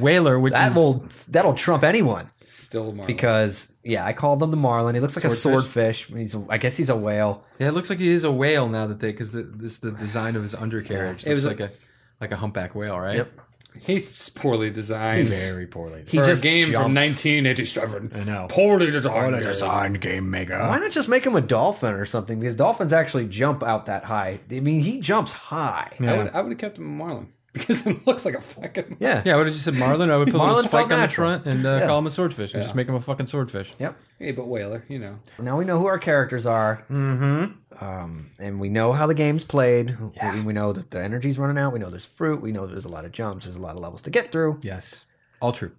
[SPEAKER 1] whaler, which
[SPEAKER 2] That
[SPEAKER 1] is
[SPEAKER 2] will that'll trump anyone
[SPEAKER 3] Still Marlin.
[SPEAKER 2] because yeah, I called him the marlin. He looks like a swordfish. He's a, I guess he's a whale.
[SPEAKER 1] yeah, it looks like he is a whale now that they because the, this the design of his undercarriage.
[SPEAKER 3] It was
[SPEAKER 1] looks
[SPEAKER 3] a-
[SPEAKER 1] like a like a humpback whale, right?
[SPEAKER 2] Yep.
[SPEAKER 3] he's poorly designed.
[SPEAKER 1] Very poorly.
[SPEAKER 2] He
[SPEAKER 3] for
[SPEAKER 2] just
[SPEAKER 3] a game from
[SPEAKER 2] jumps.
[SPEAKER 3] 1987. I
[SPEAKER 1] know.
[SPEAKER 3] Poorly designed. game.
[SPEAKER 1] game maker.
[SPEAKER 2] Why not just make him a dolphin or something? Because dolphins actually jump out that high. I mean, he jumps high.
[SPEAKER 3] I would I would have kept him a Marlin because it looks like a fucking
[SPEAKER 2] Yeah.
[SPEAKER 1] Yeah, I would have just said Marlin. I would put a little
[SPEAKER 2] Marlin felt
[SPEAKER 1] spike on the
[SPEAKER 2] natural.
[SPEAKER 1] front and uh, call him a swordfish and just make him a fucking swordfish.
[SPEAKER 2] Yep.
[SPEAKER 3] Hey, but Whaler, you know.
[SPEAKER 2] Now we know who our characters are. Mm-hmm. Um, and we know how the game's played. We, we know that the energy's running out. We know there's fruit. We know there's a lot of jumps. There's a lot of levels to get through.
[SPEAKER 1] Yes, all true.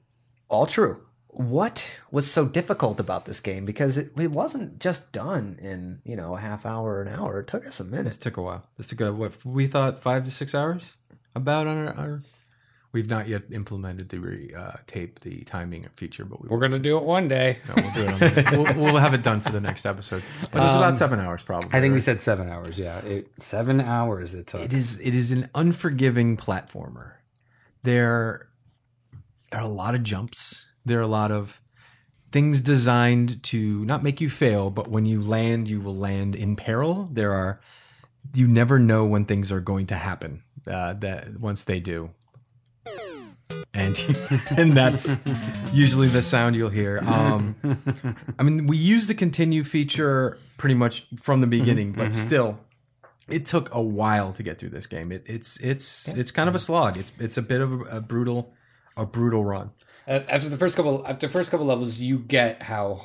[SPEAKER 2] All true. What was so difficult about this game? Because it, it wasn't just done in, you know, a half hour, an hour. It took us a
[SPEAKER 1] This
[SPEAKER 2] minute.
[SPEAKER 1] took a while. This took a what we thought five to six hours. About on our, our we've not yet implemented the re, uh, tape the timing feature, but we
[SPEAKER 3] We're gonna do it one day.
[SPEAKER 1] No, we'll do it. On the, we'll, we'll have it done for the next episode. But
[SPEAKER 2] Um,
[SPEAKER 1] it's about seven hours, probably.
[SPEAKER 3] I think we
[SPEAKER 1] right?
[SPEAKER 3] said seven hours. Yeah, it, seven hours it took.
[SPEAKER 1] it is it is an unforgiving platformer. There are a lot of jumps. There are a lot of things designed to not make you fail, but when you land, you will land in peril. There are you never know when things are going to happen. Uh, that once they do, and and that's usually the sound you'll hear. Um, I mean, we use the continue feature pretty much from the beginning, but still, it took a while to get through this game. It, it's it's it's kind of a slog. It's it's a bit of a, a brutal a brutal run.
[SPEAKER 3] Uh, after the first couple after the first couple levels you get how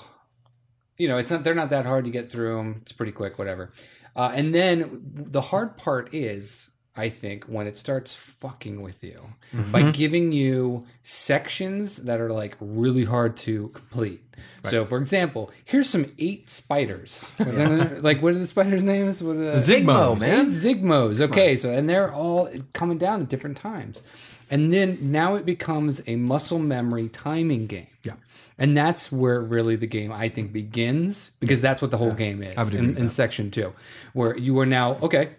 [SPEAKER 3] you know it's not they're not that hard to get through them it's pretty quick whatever uh, and then the hard part is i think when it starts fucking with you by giving you sections that are like really hard to complete so for example here's some eight spiders like what are the spiders names what uh, are the-
[SPEAKER 1] Zigmo,
[SPEAKER 3] man. Zigmos. Okay, so and they're all coming down at different times, and then now it becomes a muscle memory timing game.
[SPEAKER 1] Yeah.
[SPEAKER 3] and that's where really the game I think begins because that's what the whole game is
[SPEAKER 1] would agree
[SPEAKER 3] in,
[SPEAKER 1] with
[SPEAKER 3] in section two, where you are now okay.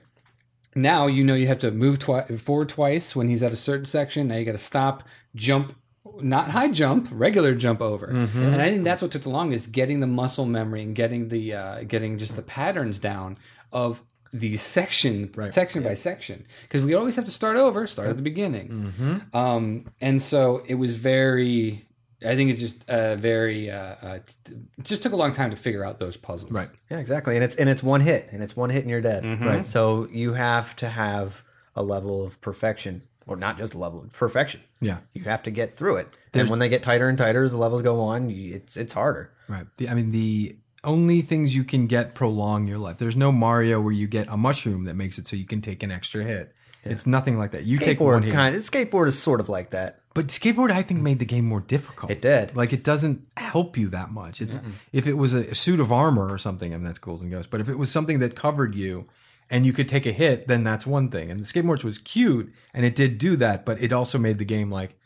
[SPEAKER 3] Now you know you have to move twi- forward twice when he's at a certain section. Now you got to stop, jump, not high jump, regular jump over. And I think that's what took the longest: getting the muscle memory and getting the uh, getting just the patterns down of these section section by section because we always have to start over, start at the beginning. Um, and so it was very. I think it just uh, very uh, uh, t- t- it just took a long time to figure out those puzzles.
[SPEAKER 1] Right.
[SPEAKER 2] Yeah, exactly. And it's and it's one hit, and it's one hit, and you're dead.
[SPEAKER 1] Mm-hmm.
[SPEAKER 2] Right. So you have to have a level of perfection, or not just a level of perfection.
[SPEAKER 1] Yeah.
[SPEAKER 2] You have to get through it. and when they get tighter and tighter as the levels go on, you, it's it's harder.
[SPEAKER 1] Right. The, I mean, the only things you can get prolong your life. There's no Mario where you get a mushroom that makes it so you can take an extra hit. It's nothing like that. You take one
[SPEAKER 2] Skateboard
[SPEAKER 1] hit.
[SPEAKER 2] kind. skateboard is sort of like that.
[SPEAKER 1] But skateboard, I think, made the game more difficult.
[SPEAKER 2] It did.
[SPEAKER 1] Like it doesn't help you that much. It's if it was a suit of armor or something, I mean that's ghouls and ghosts. But if it was something that covered you and you could take a hit, then that's one thing. And the skateboards was cute and it did do that, but it also made the game like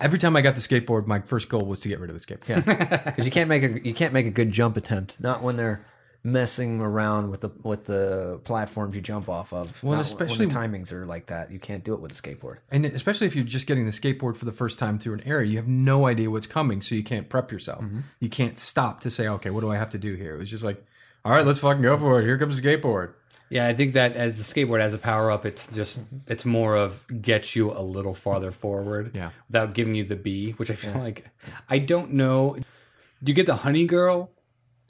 [SPEAKER 1] every time I got the skateboard, my first goal was to get rid of the skateboard.
[SPEAKER 2] because you can't make a you can't make a good jump attempt. Not when they're messing around with the with the platforms you jump off of.
[SPEAKER 1] Well,
[SPEAKER 2] Not
[SPEAKER 1] especially-
[SPEAKER 2] when the timings are like that, you can't do it with a skateboard.
[SPEAKER 1] And especially if you're just getting the skateboard for the first time through an area, you have no idea what's coming, so you can't prep yourself.
[SPEAKER 2] Mm-hmm.
[SPEAKER 1] You can't stop to say, okay, what do I have to do here? It was just like, all right, let's fucking go for it. Here comes the skateboard.
[SPEAKER 3] Yeah, I think that as the skateboard has a power up, it's just it's more of gets you a little farther forward.
[SPEAKER 1] Yeah.
[SPEAKER 3] Without giving you the B, which I feel like I don't know. Do you get the honey girl?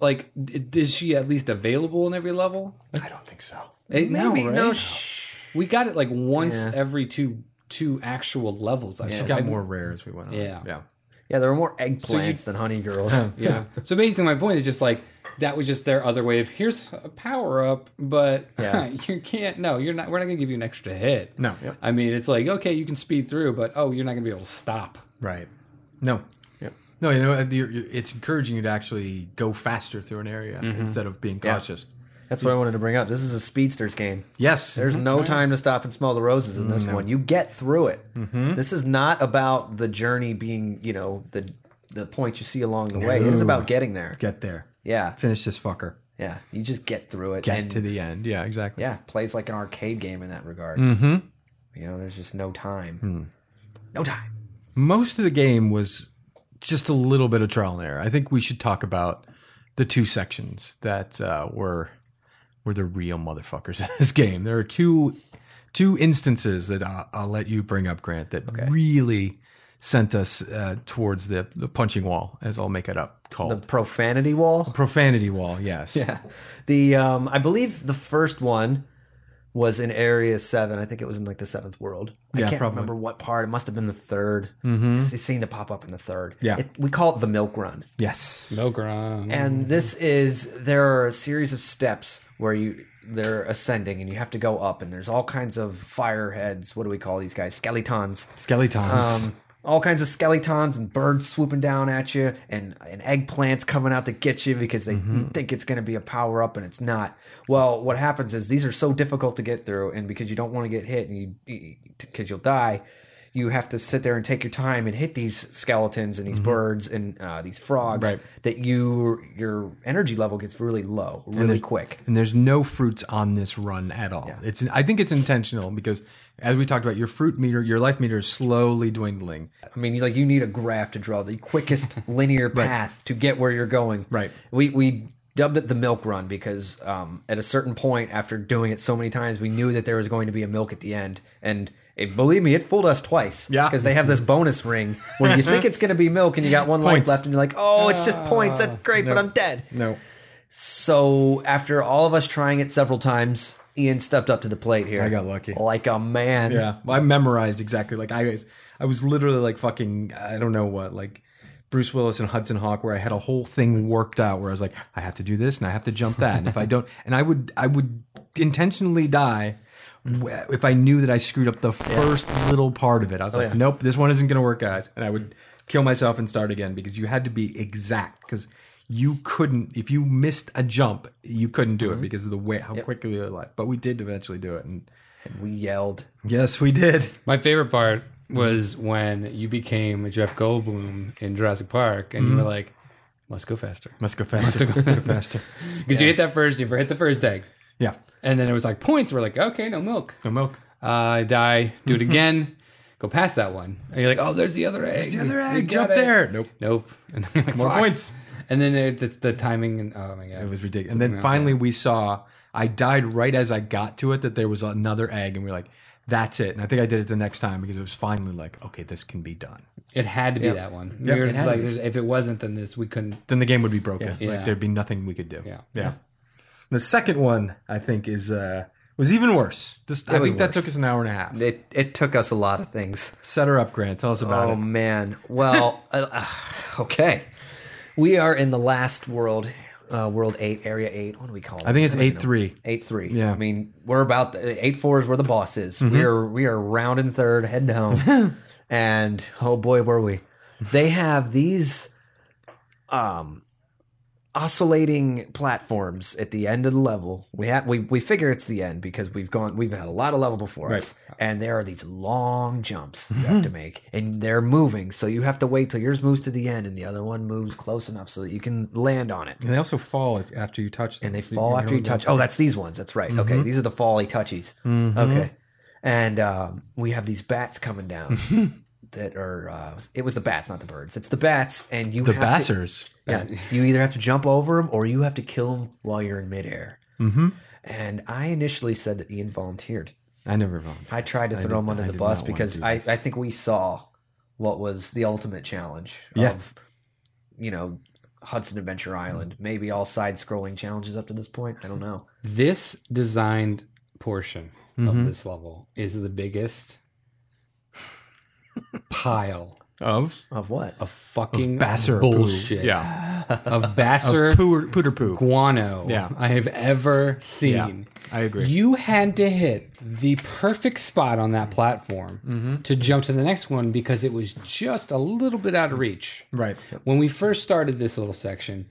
[SPEAKER 3] Like, i- is she at least available in every level?
[SPEAKER 1] I don't think so.
[SPEAKER 3] Eh, no,
[SPEAKER 2] Maybe
[SPEAKER 3] right?
[SPEAKER 2] no. Sh-
[SPEAKER 3] we got it like once
[SPEAKER 2] Yeah.
[SPEAKER 3] every two two actual levels. I
[SPEAKER 1] She
[SPEAKER 3] think.
[SPEAKER 1] got
[SPEAKER 3] I-
[SPEAKER 1] more rare as we went on.
[SPEAKER 3] Yeah.
[SPEAKER 1] Yeah.
[SPEAKER 2] yeah, there are more eggplants than honey girls.
[SPEAKER 3] Yeah. so basically, my point is just like that was just their other way of here's a power up, but
[SPEAKER 2] Yeah.
[SPEAKER 3] you can't. No, you're not. We're not gonna give you an extra hit.
[SPEAKER 1] No.
[SPEAKER 3] I mean, it's like okay, you can speed through, but oh, you're not gonna be able to stop.
[SPEAKER 1] Right. No.
[SPEAKER 2] Yep.
[SPEAKER 1] No, you know, you're, you're, it's encouraging you to actually go faster through an area instead of being cautious.
[SPEAKER 2] That's what I wanted to bring up. This is a speedsters game.
[SPEAKER 1] Yes.
[SPEAKER 2] There's no time to stop and smell the roses in
[SPEAKER 1] Mm-hmm.
[SPEAKER 2] this one. You get through it. This is not about the journey being, you know, the the points you see along the way. It is
[SPEAKER 1] No.
[SPEAKER 2] about getting there.
[SPEAKER 1] Get there.
[SPEAKER 2] yeah,
[SPEAKER 1] Finish this fucker.
[SPEAKER 2] yeah. You just get through it.
[SPEAKER 1] Get
[SPEAKER 2] and,
[SPEAKER 1] to the end. Yeah, exactly.
[SPEAKER 2] yeah, plays like an arcade game in that regard.
[SPEAKER 1] Mm-hmm.
[SPEAKER 2] You know, there's just no time.
[SPEAKER 1] Hmm.
[SPEAKER 2] No time.
[SPEAKER 1] most of the game was just a little bit of trial and error. I think we should talk about the two sections that uh, were were the real motherfuckers in this game. There are two two instances that I'll, I'll let you bring up, Grant, that really sent us uh, towards the, the punching wall, as I'll make it up called
[SPEAKER 2] The profanity wall.
[SPEAKER 1] profanity wall. Yes,
[SPEAKER 2] Yeah. The um, I believe the first one was in Area Seven. I think it was in like the seventh world. I
[SPEAKER 1] Yeah,
[SPEAKER 2] can't
[SPEAKER 1] probably.
[SPEAKER 2] remember what part. It must have been the 3rd Mm-hmm. It seemed to pop up in the third.
[SPEAKER 1] Yeah.
[SPEAKER 2] It, we call it the Milk Run.
[SPEAKER 1] yes,
[SPEAKER 3] No ground.
[SPEAKER 1] Mm-hmm.
[SPEAKER 2] And this is there are a series of steps where you they're ascending and you have to go up and there's all kinds of fire heads. What do we call these guys? Skeletons.
[SPEAKER 1] skeletons.
[SPEAKER 2] Um, all kinds of skeletons and birds swooping down at you, and and eggplants coming out to get you because they
[SPEAKER 1] Mm-hmm.
[SPEAKER 2] you think it's going to be a power up and it's not. Well, what happens is these are so difficult to get through, and because you don't want to get hit and you because you'll die, you have to sit there and take your time and hit these skeletons and these birds and uh, these frogs
[SPEAKER 1] Mm-hmm. Right.
[SPEAKER 2] that you your energy level gets really low really quick.
[SPEAKER 1] and there's no fruits on this run at all. It's I think it's intentional because as we talked about, your fruit meter, your life meter is slowly dwindling.
[SPEAKER 2] I mean, like you need a graph to draw the quickest linear path to get where you're going.
[SPEAKER 1] Right.
[SPEAKER 2] We we dubbed it the milk run because um, at a certain point, after doing it so many times, we knew that there was going to be a milk at the end, and it, believe me, it fooled us twice.
[SPEAKER 1] Yeah.
[SPEAKER 2] Because they have this bonus ring where you think it's going to be milk, and you got one life
[SPEAKER 1] Points.
[SPEAKER 2] left, and you're like, oh, it's just points. That's great, but I'm dead.
[SPEAKER 1] No.
[SPEAKER 2] So after all of us trying it several times, Ian stepped up to the plate here.
[SPEAKER 1] I got lucky.
[SPEAKER 2] like a man.
[SPEAKER 1] Yeah, well, I memorized exactly. Like I, was- I was literally like fucking. I don't know what like. Bruce Willis and Hudson Hawk, where I had a whole thing worked out, where I was like, I have to do this and I have to jump that, and if I don't, and I would, I would intentionally die w- if I knew that I screwed up the first little part of it. I was like, nope, this one isn't going to work, guys, and I would kill myself and start again because you had to be exact because you couldn't if you missed a jump, you couldn't do it because of the way how quickly it left. But we did eventually do it, and
[SPEAKER 2] We yelled.
[SPEAKER 1] yes, we did.
[SPEAKER 3] My favorite part was when you became Jeff Goldblum in Jurassic Park, and you
[SPEAKER 1] Mm-hmm.
[SPEAKER 3] were like, "Must go faster,"
[SPEAKER 1] Must go faster. Must go faster.
[SPEAKER 3] because you hit that first, you hit the first egg,
[SPEAKER 1] Yeah.
[SPEAKER 3] and then it was like points. We're like, "Okay, no milk."
[SPEAKER 1] No milk.
[SPEAKER 3] Uh, die, do it again, go past that one, and you're like, "Oh, there's the other egg." There's
[SPEAKER 1] The other egg. Jump there. Nope.
[SPEAKER 3] Nope. And then you're like,
[SPEAKER 1] More
[SPEAKER 3] "Fuck."
[SPEAKER 1] points.
[SPEAKER 3] And then it, the, the timing, and oh my god,
[SPEAKER 1] It was ridiculous. And then finally we saw I died right as I got to it that there was another egg and we are like, that's it. And I think I did it the next time because it was finally like, okay, this can be done.
[SPEAKER 3] It had to be that one. we were just like, there's, if it wasn't, then this we couldn't.
[SPEAKER 1] Then the game would be broken.
[SPEAKER 3] Yeah.
[SPEAKER 1] Like
[SPEAKER 3] Yeah.
[SPEAKER 1] there'd be nothing we could do.
[SPEAKER 3] Yeah.
[SPEAKER 1] Yeah. The second one I think is uh was even worse. This I
[SPEAKER 2] was
[SPEAKER 1] think that
[SPEAKER 2] worse.
[SPEAKER 1] took us an hour and a half.
[SPEAKER 2] It it took us a lot of things.
[SPEAKER 1] Set her up, Grant. Tell us about
[SPEAKER 2] Oh
[SPEAKER 1] it.
[SPEAKER 2] man. Well, uh, uh, okay. We are in the last world, uh, world eight, area eight. What do we call it?
[SPEAKER 1] I think it's eight three.
[SPEAKER 2] Eight three.
[SPEAKER 1] Yeah.
[SPEAKER 2] I mean, we're about the, eight four is where the boss is. We are we are rounding third, heading home, and oh boy, were we! They have these um oscillating platforms at the end of the level. We have we we figure it's the end because we've gone we've had a lot of level before us, and there are these long jumps you have to make, and they're moving, so you have to wait till yours moves to the end, and the other one moves close enough so that you can land on it.
[SPEAKER 1] And they also fall if, after you touch them.
[SPEAKER 2] And they fall after you touch. Oh, that's these ones. That's right.
[SPEAKER 1] Mm-hmm.
[SPEAKER 2] Okay, these are the folly touchies. Okay, and um, we have these bats coming down that are. Uh, it was the bats, not the birds. It's the bats, and you
[SPEAKER 1] The
[SPEAKER 2] have to-
[SPEAKER 1] bassers.
[SPEAKER 2] yeah, you either have to jump over them or you have to kill them while you're in midair. Mm-hmm. And I initially said that Ian volunteered.
[SPEAKER 1] I never volunteered.
[SPEAKER 2] I tried to throw him under
[SPEAKER 1] I
[SPEAKER 2] the
[SPEAKER 1] did
[SPEAKER 2] bus
[SPEAKER 1] not wanna
[SPEAKER 2] because
[SPEAKER 1] do
[SPEAKER 2] I,
[SPEAKER 1] this.
[SPEAKER 2] I think we saw what was the ultimate challenge
[SPEAKER 1] Yeah.
[SPEAKER 2] of, you know, Hudson Adventure Island.
[SPEAKER 1] Mm-hmm.
[SPEAKER 2] Maybe all side scrolling challenges up to this point. I don't know.
[SPEAKER 3] This designed portion of this level is the biggest pile
[SPEAKER 1] Of
[SPEAKER 2] Of what?
[SPEAKER 3] of fucking
[SPEAKER 1] basser poo.
[SPEAKER 3] bullshit.
[SPEAKER 1] Yeah.
[SPEAKER 3] Of basser
[SPEAKER 1] Pooter, pooter poo.
[SPEAKER 3] guano
[SPEAKER 1] Yeah.
[SPEAKER 3] I have ever seen.
[SPEAKER 1] I agree.
[SPEAKER 3] You had to hit the perfect spot on that platform to jump to the next one because it was just a little bit out of reach.
[SPEAKER 1] right.
[SPEAKER 3] When we first started this little section,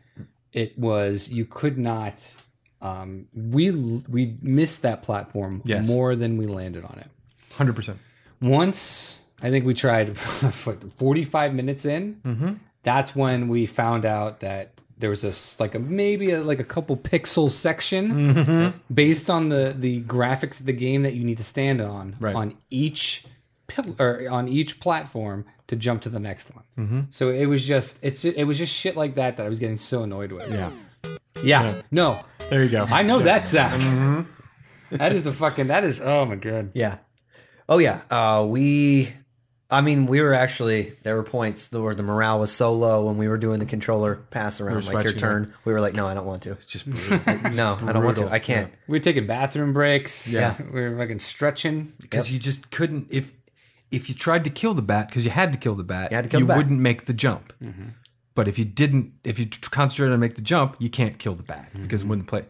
[SPEAKER 3] it was you could not. Um, we we missed that platform
[SPEAKER 1] Yes.
[SPEAKER 3] more than we landed on it.
[SPEAKER 1] 100%.
[SPEAKER 3] Once I think we tried like 45 minutes in.
[SPEAKER 1] Mm-hmm.
[SPEAKER 3] That's when we found out that there was a s- like a maybe a, like a couple pixel section
[SPEAKER 1] Mm-hmm.
[SPEAKER 3] based on the the graphics of the game that you need to stand on
[SPEAKER 1] Right.
[SPEAKER 3] on each pill- or on each platform to jump to the next one.
[SPEAKER 1] Mm-hmm.
[SPEAKER 3] So it was just it's it was just shit like that that I was getting so annoyed with.
[SPEAKER 1] Yeah.
[SPEAKER 3] Yeah. No.
[SPEAKER 1] There you go.
[SPEAKER 3] I know that Zach.
[SPEAKER 1] Mm-hmm.
[SPEAKER 3] That is a fucking that is oh my god.
[SPEAKER 2] Yeah. Oh yeah. Uh, we. I mean, we were actually there were points where the morale was so low when we were doing the controller pass around, like your
[SPEAKER 1] stretching
[SPEAKER 2] turn. We were like, no, I don't want to.
[SPEAKER 1] Just because
[SPEAKER 2] No, I don't want to. I can't.
[SPEAKER 3] We were taking bathroom breaks.
[SPEAKER 2] Yeah.
[SPEAKER 3] We were fucking stretching.
[SPEAKER 1] you just couldn't if if you tried to kill the bat because you had to kill the bat,
[SPEAKER 2] You had to kill the bat. Mm-hmm.
[SPEAKER 1] wouldn't make the jump. But if you didn't, if you t- concentrated on make the jump, you can't kill the bat because it wouldn't play.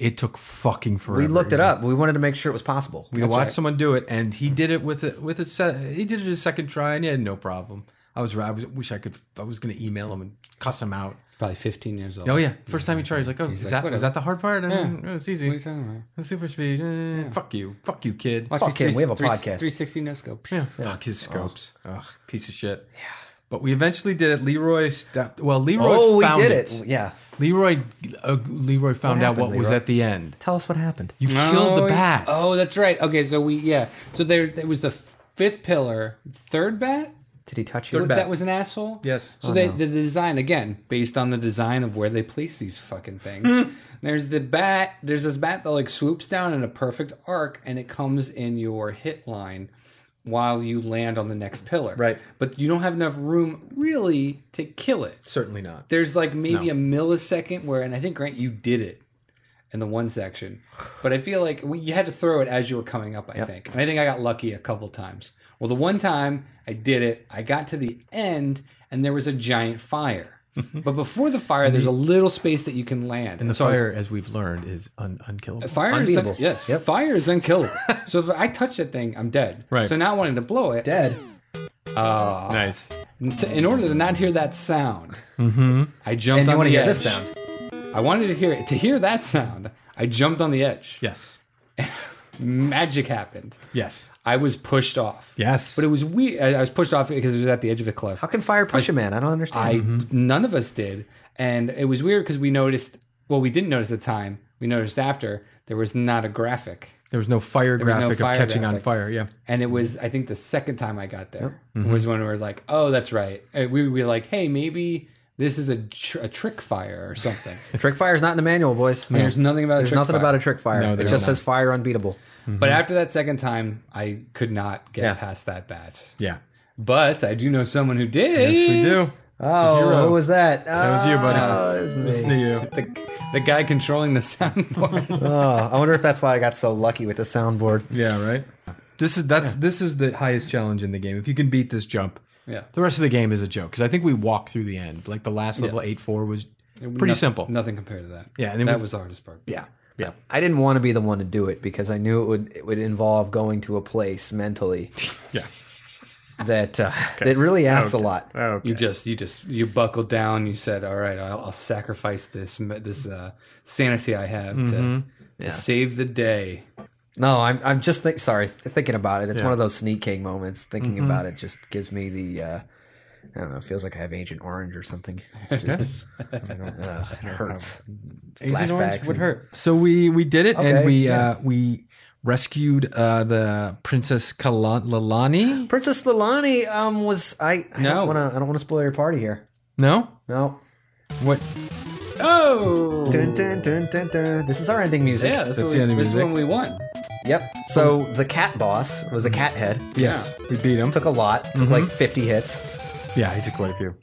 [SPEAKER 1] It took fucking forever.
[SPEAKER 2] Mm-hmm. We looked it up. We wanted to make sure it was possible.
[SPEAKER 1] We watched someone do it, and he did it with a, with a se- he did it his second try, and he had no problem. I was I was, wish I could I was going to email him and cuss him out.
[SPEAKER 3] Probably 15 years old.
[SPEAKER 1] Oh yeah, first time he tried, he's like, oh, is
[SPEAKER 3] like,
[SPEAKER 1] that was
[SPEAKER 3] whatever.
[SPEAKER 1] that the hard part? I mean,
[SPEAKER 3] Yeah.
[SPEAKER 1] oh, it's
[SPEAKER 3] What are you
[SPEAKER 1] easy.
[SPEAKER 3] talking about?
[SPEAKER 1] Super speed. eh, Fuck you, fuck you, kid.
[SPEAKER 3] Watch
[SPEAKER 2] Fuck
[SPEAKER 3] me
[SPEAKER 2] him, we have a
[SPEAKER 3] three-
[SPEAKER 2] podcast.
[SPEAKER 3] 360 no scope.
[SPEAKER 1] Yeah. Fuck his scopes. Ugh, piece of shit. Yeah. But we eventually did it. Leroy stepped. Well, Leroy.
[SPEAKER 2] Oh, we
[SPEAKER 1] found
[SPEAKER 2] did it. Yeah.
[SPEAKER 1] Leroy. Uh, Leroy found out
[SPEAKER 2] happened,
[SPEAKER 1] what was
[SPEAKER 2] Leroy?
[SPEAKER 1] at the end.
[SPEAKER 2] Tell us what happened.
[SPEAKER 1] You killed the
[SPEAKER 3] yeah.
[SPEAKER 1] bat.
[SPEAKER 3] Oh, that's right. Okay, so we yeah. So there it was the fifth pillar, third bat.
[SPEAKER 2] Did he touch you?
[SPEAKER 1] bat.
[SPEAKER 3] That was an asshole.
[SPEAKER 1] Yes. Oh,
[SPEAKER 3] So they the design again based on the design of where they place these fucking things. there's the bat. There's this bat that like swoops down in a perfect arc and it comes in your hit line while you land on the next pillar.
[SPEAKER 1] Right.
[SPEAKER 3] But you don't have enough room really to kill it.
[SPEAKER 1] Certainly not.
[SPEAKER 3] There's like maybe a millisecond where, and I think Grant, you did it in the one section, but I feel like we, you had to throw it as you were coming up. I think, and I think I got lucky a couple times. Well, the one time I did it, I got to the end, and there was a giant fire. but before the fire, there's a little space that you can land.
[SPEAKER 1] And the fire, as we've learned, is un- unkillable.
[SPEAKER 3] Fire
[SPEAKER 2] Unbeatable.
[SPEAKER 3] is yes,
[SPEAKER 2] Yep.
[SPEAKER 3] fire is unkillable. so if I touch that thing, I'm dead.
[SPEAKER 1] Right.
[SPEAKER 3] So now wanting to blow it,
[SPEAKER 2] Dead.
[SPEAKER 1] nice.
[SPEAKER 3] to, in order to not hear that sound, I jumped
[SPEAKER 2] Mm-hmm. And you want
[SPEAKER 3] on the
[SPEAKER 2] to hear
[SPEAKER 3] edge.
[SPEAKER 2] this sound?
[SPEAKER 3] I wanted to hear it. To hear that sound, I jumped on the edge.
[SPEAKER 1] Yes.
[SPEAKER 3] Magic happened.
[SPEAKER 1] Yes.
[SPEAKER 3] I was pushed off.
[SPEAKER 1] Yes.
[SPEAKER 3] But it was weird. I I was pushed off because it was at the edge of a cliff.
[SPEAKER 2] How mm-hmm. can fire push a man? I don't understand.
[SPEAKER 3] I none of us did, and it was weird because we noticed. Well, we didn't notice at the time. We noticed after there was not a graphic,
[SPEAKER 1] There was no fire
[SPEAKER 3] was no
[SPEAKER 1] graphic
[SPEAKER 3] fire
[SPEAKER 1] of catching on
[SPEAKER 3] graphic.
[SPEAKER 1] fire. Yeah.
[SPEAKER 3] and it was I think the second time I got there
[SPEAKER 2] Mm-hmm.
[SPEAKER 3] was when we were like, "Oh, that's right." And We were like, "Hey, maybe this is a, tr- a trick fire or something."
[SPEAKER 2] trick fire's not in the manual, boys.
[SPEAKER 3] There's nothing about
[SPEAKER 2] There's
[SPEAKER 3] a trick
[SPEAKER 2] nothing
[SPEAKER 3] fire.
[SPEAKER 2] about a trick fire.
[SPEAKER 1] No,
[SPEAKER 2] it
[SPEAKER 1] there's
[SPEAKER 2] just
[SPEAKER 1] not.
[SPEAKER 2] says fire unbeatable.
[SPEAKER 3] But after that second time, I could not get
[SPEAKER 2] Mm-hmm. Yeah.
[SPEAKER 3] past that bat.
[SPEAKER 1] Yeah.
[SPEAKER 3] But I do know someone who did.
[SPEAKER 1] Yes, we do.
[SPEAKER 2] Oh,
[SPEAKER 1] hero.
[SPEAKER 2] who was that? That
[SPEAKER 1] was you, buddy.
[SPEAKER 2] was
[SPEAKER 1] Listen
[SPEAKER 2] me.
[SPEAKER 1] to you.
[SPEAKER 3] The, the guy controlling the soundboard.
[SPEAKER 2] Oh, I wonder if that's why I got so lucky with the soundboard.
[SPEAKER 1] Yeah. Right. This is that's this is the highest challenge in the game. If you can beat this jump,
[SPEAKER 3] yeah.
[SPEAKER 1] The rest of the game is a joke because I think we walked through the end. Like the last level, eight four was pretty
[SPEAKER 3] Noth-
[SPEAKER 1] simple.
[SPEAKER 3] Nothing compared to that.
[SPEAKER 1] Yeah, and it
[SPEAKER 3] that was,
[SPEAKER 1] was-
[SPEAKER 3] the hardest part.
[SPEAKER 1] Yeah, yeah,
[SPEAKER 2] I didn't want to be the one to do it because I knew it would it would involve going to a place mentally
[SPEAKER 1] yeah.
[SPEAKER 2] that uh, that really asks a lot.
[SPEAKER 3] You just you just you buckled down. You said, "All right, I'll, I'll sacrifice this m- this uh, sanity I have to,
[SPEAKER 1] Mm-hmm.
[SPEAKER 3] to save the day."
[SPEAKER 2] No, I'm I'm just think, sorry th- thinking about it. It's one of those sneaking moments. Thinking about it just gives me the uh, I don't know. It feels like I have Agent Orange or something. It's just, I don't, uh, it hurts.
[SPEAKER 1] Agent Orange
[SPEAKER 2] Flashbacks
[SPEAKER 1] would
[SPEAKER 2] and-
[SPEAKER 1] hurt. So we we did it, and
[SPEAKER 2] Okay,
[SPEAKER 1] we
[SPEAKER 2] yeah.
[SPEAKER 1] uh, we rescued uh, the Princess Kalan- Lalani.
[SPEAKER 2] Princess Lilani um was I, I
[SPEAKER 3] No.
[SPEAKER 2] don't want to I don't want to spoil your party here.
[SPEAKER 1] No,
[SPEAKER 2] No.
[SPEAKER 1] what?
[SPEAKER 3] Oh,
[SPEAKER 2] Dun, dun, dun, dun, dun. This is our ending music.
[SPEAKER 3] yeah, that's,
[SPEAKER 1] That's
[SPEAKER 3] what
[SPEAKER 1] the
[SPEAKER 3] we,
[SPEAKER 1] end of
[SPEAKER 3] this is
[SPEAKER 1] music.
[SPEAKER 3] when we won.
[SPEAKER 2] Yep. So
[SPEAKER 1] Um,
[SPEAKER 2] the cat boss
[SPEAKER 1] mhm.
[SPEAKER 2] was a cat head.
[SPEAKER 1] Yes, we beat him.
[SPEAKER 2] Took a lot. Took like
[SPEAKER 1] Mhm.
[SPEAKER 2] 50 hits.
[SPEAKER 1] Yeah, he took quite a few.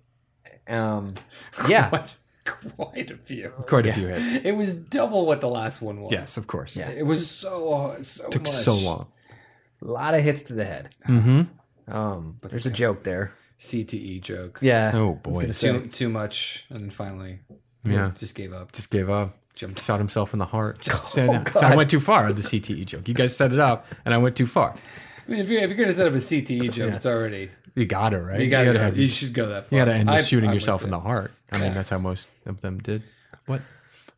[SPEAKER 2] Um yeah.
[SPEAKER 3] What? Quite a few.
[SPEAKER 1] Quite a few hits.
[SPEAKER 3] It was double what the last one was.
[SPEAKER 1] Yes, of course.
[SPEAKER 2] Yeah.
[SPEAKER 3] It was so so
[SPEAKER 1] Took
[SPEAKER 3] much.
[SPEAKER 1] so long.
[SPEAKER 2] a lot of hits to the head. Mm-hmm. Um but there's a joke there.
[SPEAKER 3] CTE E joke.
[SPEAKER 2] Yeah.
[SPEAKER 1] Oh boy,
[SPEAKER 3] Too too much, and then finally,
[SPEAKER 1] Yeah.
[SPEAKER 3] just gave up.
[SPEAKER 1] just gave up.
[SPEAKER 3] Jumped.
[SPEAKER 1] Shot himself in the heart.
[SPEAKER 2] Oh,
[SPEAKER 1] so, so I went too far. The CTE joke. You guys set it up, and I went too far.
[SPEAKER 3] I mean, if you're if you're gonna set up a CTE joke, it's already
[SPEAKER 1] You got to right.
[SPEAKER 3] you gotta,
[SPEAKER 1] have-
[SPEAKER 3] you should go that far.
[SPEAKER 1] You got to end
[SPEAKER 3] I-
[SPEAKER 1] with shooting
[SPEAKER 3] I'm
[SPEAKER 1] yourself in
[SPEAKER 3] with
[SPEAKER 1] the
[SPEAKER 3] it.
[SPEAKER 1] heart. I mean, that's how most of them did. What?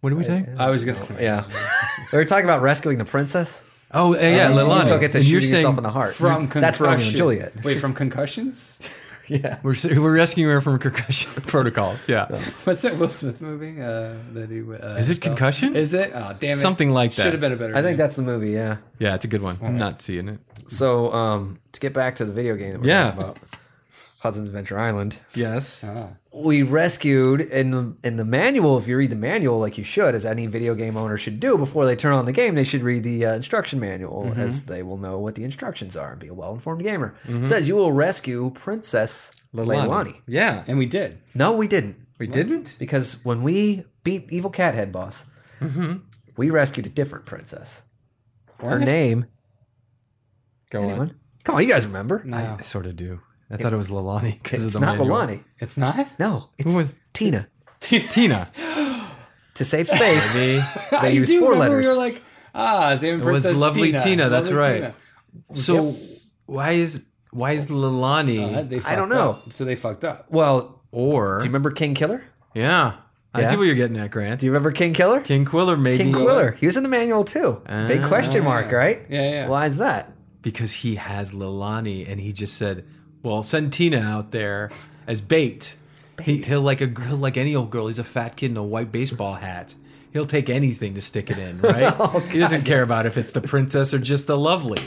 [SPEAKER 1] What did we take?
[SPEAKER 3] I was gonna.
[SPEAKER 2] Uh, Yeah. we were talking about rescuing the princess.
[SPEAKER 1] Oh, uh, yeah,
[SPEAKER 2] And
[SPEAKER 1] Leilani.
[SPEAKER 2] You took it to
[SPEAKER 1] And
[SPEAKER 2] shooting yourself in the heart.
[SPEAKER 3] From concussion.
[SPEAKER 2] That's Romeo and Juliet.
[SPEAKER 3] Wait, from concussions?
[SPEAKER 2] Yeah.
[SPEAKER 1] We're, s- we're rescuing her from concussion protocols. Yeah.
[SPEAKER 3] What's that Will Smith movie? Uh, that he, uh,
[SPEAKER 1] Is it
[SPEAKER 3] fell?
[SPEAKER 1] Concussion?
[SPEAKER 3] Is it? Oh, damn it!
[SPEAKER 1] Something like that.
[SPEAKER 3] Should have been a better.
[SPEAKER 2] I think
[SPEAKER 3] name.
[SPEAKER 2] that's the movie, yeah.
[SPEAKER 1] Yeah, it's a good one. I'm not seeing it.
[SPEAKER 2] So, um, to get back to the video game that we're
[SPEAKER 1] Yeah.
[SPEAKER 2] talking about, Hudson's Adventure Island,
[SPEAKER 1] Yes.
[SPEAKER 3] Ah,
[SPEAKER 2] we rescued in the in the manual. If you read the manual, like you should, as any video game owner should do before they turn on the game, they should read the uh, instruction manual,
[SPEAKER 3] Mm-hmm.
[SPEAKER 2] as they will know what the instructions are and be a well informed gamer.
[SPEAKER 3] Mm-hmm.
[SPEAKER 2] It says you will rescue Princess Leilani.
[SPEAKER 1] Yeah.
[SPEAKER 3] and we did.
[SPEAKER 2] No, we didn't,
[SPEAKER 1] We didn't?
[SPEAKER 2] because when we beat Evil Cathead Boss,
[SPEAKER 3] Mm-hmm.
[SPEAKER 2] we rescued a different princess. Her name.
[SPEAKER 1] Go
[SPEAKER 2] Anyone? Come on, you guys remember?
[SPEAKER 1] on. I sort of do. I thought it was Lalani because of
[SPEAKER 2] It's
[SPEAKER 1] the
[SPEAKER 2] not
[SPEAKER 1] manual.
[SPEAKER 2] Leilani.
[SPEAKER 3] It's not.
[SPEAKER 2] No, it's
[SPEAKER 1] was-
[SPEAKER 2] Tina.
[SPEAKER 1] Tina.
[SPEAKER 2] To save space,
[SPEAKER 3] I
[SPEAKER 2] they used
[SPEAKER 3] do
[SPEAKER 2] four
[SPEAKER 3] remember
[SPEAKER 2] letters.
[SPEAKER 3] We were like, ah, Zane
[SPEAKER 1] was
[SPEAKER 3] Princess
[SPEAKER 1] Lovely
[SPEAKER 3] Tina.
[SPEAKER 1] Tina, that's
[SPEAKER 3] Lovely
[SPEAKER 1] right.
[SPEAKER 3] Tina.
[SPEAKER 1] So why is why is
[SPEAKER 3] Uh,
[SPEAKER 1] Lalani
[SPEAKER 3] they
[SPEAKER 2] I don't
[SPEAKER 3] fucked
[SPEAKER 2] know.
[SPEAKER 3] up. So they fucked up.
[SPEAKER 2] well, do
[SPEAKER 1] or
[SPEAKER 2] you remember King Killer?
[SPEAKER 1] yeah? I
[SPEAKER 2] Yeah?
[SPEAKER 1] see what you're getting at, Grant.
[SPEAKER 2] Do you remember King Killer?
[SPEAKER 1] King Quiller maybe
[SPEAKER 2] King Quiller. He was in the manual too. Big question
[SPEAKER 1] Ah.
[SPEAKER 2] mark, right?
[SPEAKER 3] Yeah, yeah.
[SPEAKER 2] Why is that?
[SPEAKER 1] because he has Lalani and he just said, "Well, send Tina out there as bait. He, he'll like a girl, like any old girl. He's a fat kid in a white baseball hat. He'll take anything to stick it in, right?
[SPEAKER 2] Oh,
[SPEAKER 1] he doesn't care about if it's the princess or just the lovely."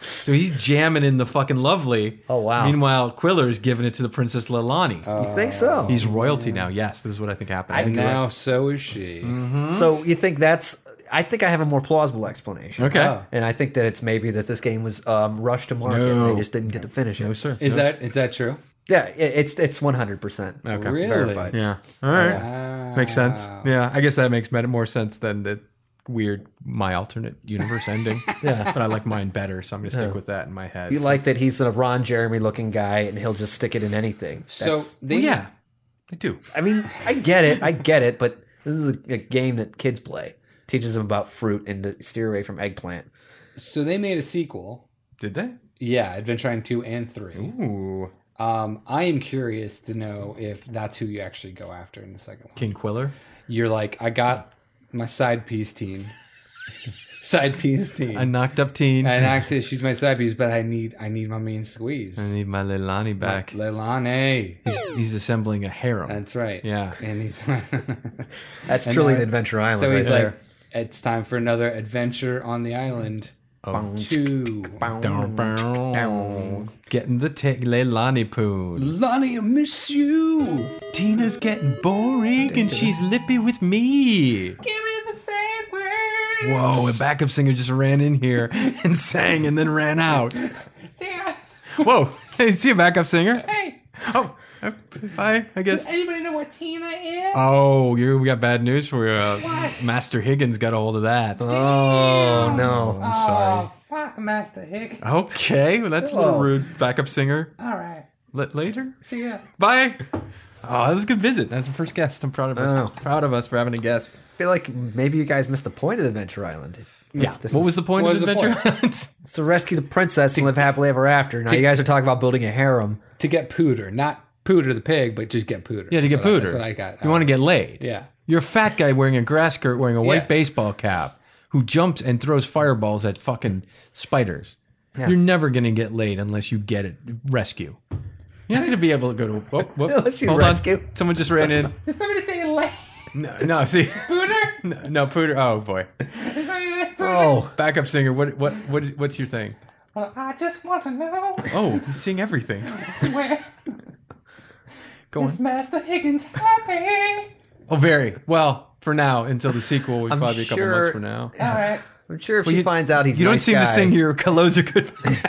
[SPEAKER 1] So he's jamming in the fucking lovely.
[SPEAKER 2] Oh, wow. Oh,
[SPEAKER 1] Meanwhile, Quiller is giving it to the princess Lalani.
[SPEAKER 2] You think so?
[SPEAKER 3] Oh,
[SPEAKER 1] he's royalty now. Yes, this is what I think happened. I, think you're
[SPEAKER 3] Now,
[SPEAKER 1] right.
[SPEAKER 3] so is she.
[SPEAKER 1] Mm-hmm.
[SPEAKER 2] Hmm? So you think that's? I think I have a more plausible explanation.
[SPEAKER 1] Okay.
[SPEAKER 3] Oh.
[SPEAKER 2] And I think that it's maybe that this game was um, rushed to market and
[SPEAKER 1] No.
[SPEAKER 2] they just didn't get to finish it.
[SPEAKER 1] No, sir.
[SPEAKER 3] Is that is that true?
[SPEAKER 2] Yeah, it, it's it's one hundred percent.
[SPEAKER 1] Okay.
[SPEAKER 3] Really?
[SPEAKER 2] Verified.
[SPEAKER 1] Yeah. All right.
[SPEAKER 3] Wow.
[SPEAKER 1] Makes sense. Yeah, I guess that makes meta- more sense than the weird my alternate universe ending. yeah, but I like mine better, so I'm gonna stick with that in my head.
[SPEAKER 2] You like that he's a Ron Jeremy looking guy and he'll just stick it in anything.
[SPEAKER 3] So
[SPEAKER 2] That's-
[SPEAKER 3] they
[SPEAKER 1] Well, yeah, I do.
[SPEAKER 2] I mean, I get it, I get it, but this is a, a game that kids play. Teaches them about fruit and to steer away from eggplant.
[SPEAKER 3] so they made a sequel.
[SPEAKER 1] Did they?
[SPEAKER 3] Yeah, Adventuring two and three.
[SPEAKER 1] Ooh,
[SPEAKER 3] Um, I am curious to know if that's who you actually go after in the second one.
[SPEAKER 1] King Quiller.
[SPEAKER 3] You're like, I got my side piece team, side piece team.
[SPEAKER 1] I knocked up teen. I
[SPEAKER 3] and actually, she's my side piece, but I need I need my main squeeze.
[SPEAKER 1] need my Leilani back.
[SPEAKER 3] Leilani.
[SPEAKER 1] He's assembling a harem.
[SPEAKER 3] That's right.
[SPEAKER 1] Yeah.
[SPEAKER 3] And he's
[SPEAKER 2] That's truly
[SPEAKER 3] now-
[SPEAKER 2] an Adventure Island.
[SPEAKER 3] so
[SPEAKER 2] right
[SPEAKER 3] he's
[SPEAKER 2] there.
[SPEAKER 3] like, it's time for another adventure on the island.
[SPEAKER 1] Oh.
[SPEAKER 3] Two.
[SPEAKER 1] Down, bow. Getting the t- Leilani poon.
[SPEAKER 3] Lonnie, I miss you.
[SPEAKER 1] Tina's getting boring, and she's lippy with me.
[SPEAKER 3] Give me the sandwich.
[SPEAKER 1] Whoa, a backup singer just ran in here and sang and then ran out. Whoa, hey, see a backup singer?
[SPEAKER 3] Hey,
[SPEAKER 1] Oh, uh, bye, I guess.
[SPEAKER 3] anybody know what Tina is?
[SPEAKER 1] Oh, you we got bad news for you. Uh, Master Higgins got a hold of that.
[SPEAKER 2] oh no.
[SPEAKER 1] I'm sorry.
[SPEAKER 3] Oh, fuck, Master Hick.
[SPEAKER 1] Okay, well, that's a little
[SPEAKER 2] Oh.
[SPEAKER 1] rude. Backup singer
[SPEAKER 3] All right.
[SPEAKER 1] L- later.
[SPEAKER 3] See ya.
[SPEAKER 1] Bye. Oh, that was a good visit. That's the first guest. I'm proud of us.
[SPEAKER 2] Oh.
[SPEAKER 1] Proud of us for having a guest.
[SPEAKER 2] I feel like maybe you guys missed the point of Adventure Island. If,
[SPEAKER 1] Yeah.
[SPEAKER 2] this
[SPEAKER 1] what
[SPEAKER 2] is-
[SPEAKER 1] was the point
[SPEAKER 3] what
[SPEAKER 1] of
[SPEAKER 3] was the
[SPEAKER 1] Adventure
[SPEAKER 3] point?
[SPEAKER 1] Islands?
[SPEAKER 2] It's to rescue the princess and live happily ever after. Now you guys are talking about building a harem.
[SPEAKER 3] to get pooter, not pooter the pig, but just get pooter.
[SPEAKER 1] Yeah, to get
[SPEAKER 3] That's what I-
[SPEAKER 1] pooter.
[SPEAKER 3] That's what I got. Uh,
[SPEAKER 1] You want to get laid.
[SPEAKER 3] Yeah.
[SPEAKER 1] You're a fat guy wearing a grass skirt, wearing a white
[SPEAKER 3] Yeah.
[SPEAKER 1] baseball cap, who jumps and throws fireballs at fucking spiders. You're never going to get laid unless you get it rescue. You're not going to be able to go to. Whoop, whoop.
[SPEAKER 2] Unless you
[SPEAKER 1] Hold
[SPEAKER 2] rescue.
[SPEAKER 1] On. Someone just ran in.
[SPEAKER 3] Did somebody say lay?
[SPEAKER 1] No, no see. Pooter? No, no, Pooter. Oh, boy.
[SPEAKER 2] Oh,
[SPEAKER 1] Backup singer, what, what, what, what's your thing?
[SPEAKER 3] Well, I just want to know
[SPEAKER 1] Oh, you sing everything.
[SPEAKER 3] where
[SPEAKER 1] Go on.
[SPEAKER 3] Master Higgins happy.
[SPEAKER 1] Oh, very. Well, for now, until the sequel, we probably be a couple
[SPEAKER 2] sure-
[SPEAKER 1] months from now.
[SPEAKER 3] All right.
[SPEAKER 2] I'm sure if she finds out he's
[SPEAKER 1] You
[SPEAKER 2] a
[SPEAKER 1] don't
[SPEAKER 2] nice
[SPEAKER 1] seem
[SPEAKER 2] guy,
[SPEAKER 1] to sing your Colosa goodbye.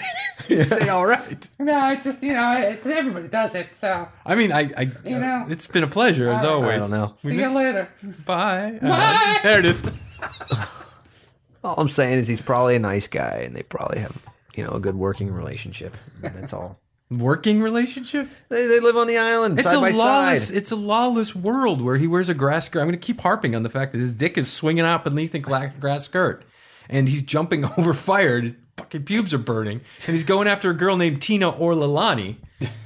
[SPEAKER 2] you sing all right.
[SPEAKER 3] No, it's just, you know, it, everybody does it, so
[SPEAKER 1] I mean, I, I uh,
[SPEAKER 3] You know.
[SPEAKER 1] it's been a pleasure as always.
[SPEAKER 2] I don't know.
[SPEAKER 1] We missed-
[SPEAKER 3] later.
[SPEAKER 1] Bye. Uh,
[SPEAKER 3] Bye.
[SPEAKER 1] there it is.
[SPEAKER 2] All I'm saying is he's probably a nice guy, and they probably have you know a good working relationship. That's all.
[SPEAKER 1] Working relationship.
[SPEAKER 2] They, they live on the island
[SPEAKER 1] It's
[SPEAKER 2] side
[SPEAKER 1] a
[SPEAKER 2] by
[SPEAKER 1] lawless.
[SPEAKER 2] side.
[SPEAKER 1] It's a lawless world where he wears a grass skirt. I'm going to keep harping on the fact that his dick is swinging out beneath the gla- grass skirt, and he's jumping over fire. And his fucking pubes are burning, and he's going after a girl named Tina Orlalani.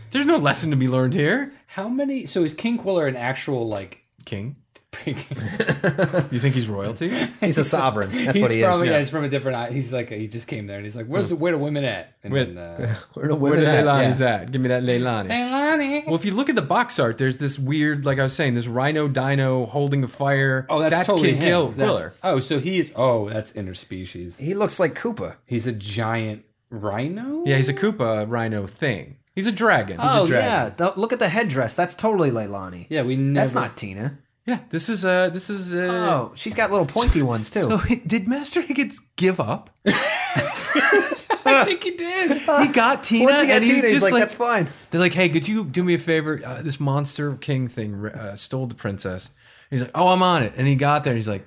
[SPEAKER 1] There's no lesson to be learned here,
[SPEAKER 3] How many? So is King Quiller an actual, like,
[SPEAKER 1] King.
[SPEAKER 3] pig?
[SPEAKER 1] You think he's royalty?
[SPEAKER 2] He's a sovereign. That's
[SPEAKER 3] he's
[SPEAKER 2] what he
[SPEAKER 3] probably,
[SPEAKER 2] is.
[SPEAKER 3] yeah, he's from a different. i- He's like, he just came there and he's like, where's the, where the women at? And
[SPEAKER 1] Wait.
[SPEAKER 3] then, uh,
[SPEAKER 2] Where the
[SPEAKER 1] Where
[SPEAKER 2] women
[SPEAKER 1] the
[SPEAKER 2] at?
[SPEAKER 1] Leilani's
[SPEAKER 2] Yeah.
[SPEAKER 1] at? Give me that Leilani.
[SPEAKER 3] Leilani.
[SPEAKER 1] Well, if you look at the box art, there's this weird, like I was saying, this rhino dino holding a fire.
[SPEAKER 3] Oh, that's, totally
[SPEAKER 1] Kid
[SPEAKER 3] him.
[SPEAKER 1] Gil-
[SPEAKER 3] That's-
[SPEAKER 1] Quiller.
[SPEAKER 3] Oh, so he is. Oh, that's interspecies.
[SPEAKER 2] He looks like Koopa.
[SPEAKER 3] He's a giant rhino.
[SPEAKER 1] Yeah, he's a Koopa rhino thing. He's a dragon. He's a
[SPEAKER 2] Oh
[SPEAKER 1] dragon.
[SPEAKER 2] yeah, Th- look at the headdress. That's totally Leilani.
[SPEAKER 3] Yeah, we never.
[SPEAKER 2] that's not Tina.
[SPEAKER 1] yeah. This is uh this is uh.
[SPEAKER 2] Oh, she's got little pointy ones too.
[SPEAKER 1] Did Master Higgins give up?
[SPEAKER 3] I think he did.
[SPEAKER 1] He got Tina,
[SPEAKER 2] Once he got
[SPEAKER 1] and he
[SPEAKER 2] Tina,
[SPEAKER 1] was
[SPEAKER 2] he's
[SPEAKER 1] just
[SPEAKER 2] like,
[SPEAKER 1] like,
[SPEAKER 2] "That's fine."
[SPEAKER 1] they're like, "Hey, could you do me a favor? Uh, this Monster King thing uh, stole the princess." He's like, "Oh, I'm on it," and he got there, and he's like,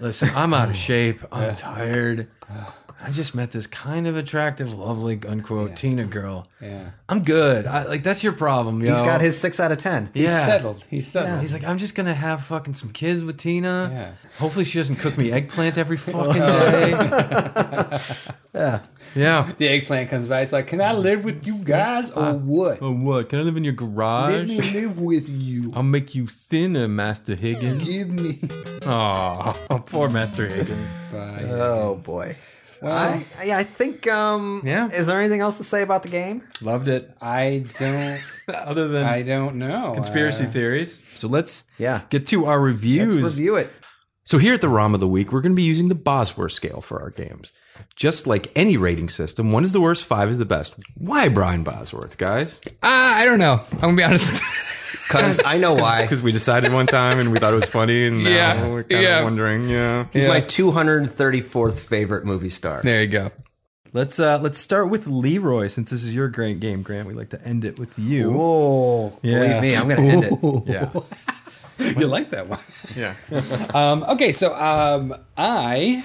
[SPEAKER 1] "Listen, I'm out of shape. I'm tired. I just met this kind of attractive, lovely, unquote Tina girl.
[SPEAKER 3] Yeah.
[SPEAKER 1] I'm good. I, like that's your problem. Yo.
[SPEAKER 2] He's got his six out of ten.
[SPEAKER 1] yeah.
[SPEAKER 3] He's settled. He's settled.
[SPEAKER 1] He's like, I'm just gonna have fucking some kids with Tina.
[SPEAKER 3] Yeah.
[SPEAKER 1] Hopefully, she doesn't cook me eggplant every fucking day. yeah, yeah.
[SPEAKER 3] the eggplant comes by. It's like, can I live with you guys or what?
[SPEAKER 1] Oh, what? Can I live in your garage?
[SPEAKER 3] live with you.
[SPEAKER 1] I'll make you thinner, Master Higgins.
[SPEAKER 3] Give me.
[SPEAKER 1] Oh, poor Master Higgins.
[SPEAKER 2] Oh boy.
[SPEAKER 3] Well,
[SPEAKER 2] I, yeah, I think. Um,
[SPEAKER 1] Yeah.
[SPEAKER 2] Is there anything else to say about the game?
[SPEAKER 1] Loved it.
[SPEAKER 3] I don't.
[SPEAKER 1] Other than
[SPEAKER 3] I don't know.
[SPEAKER 1] conspiracy
[SPEAKER 3] Uh,
[SPEAKER 1] theories. So let's
[SPEAKER 2] Yeah.
[SPEAKER 1] get to our
[SPEAKER 2] Let's
[SPEAKER 1] reviews.
[SPEAKER 2] review it.
[SPEAKER 1] So here at the ROM of the Week, we're going to be using the Bosworth scale for our games. Just like any rating system, one is the worst, five is the best. Why Brian Bosworth, guys?
[SPEAKER 3] Uh,
[SPEAKER 5] I don't know. I'm gonna be honest.
[SPEAKER 2] Cause I know why.
[SPEAKER 1] Because we decided one time and we thought it was funny, and now
[SPEAKER 5] Yeah,
[SPEAKER 1] we're kind
[SPEAKER 5] yeah.
[SPEAKER 1] of wondering. Yeah.
[SPEAKER 2] He's my 234th favorite movie star.
[SPEAKER 5] there you go.
[SPEAKER 1] Let's uh let's start with Leroy since this is your great game, Grant. We like to end it with you.
[SPEAKER 2] Oh,
[SPEAKER 1] Yeah.
[SPEAKER 2] believe me, I'm gonna end it.
[SPEAKER 1] Yeah.
[SPEAKER 3] You like that one?
[SPEAKER 1] Yeah.
[SPEAKER 3] Um, okay, so um, I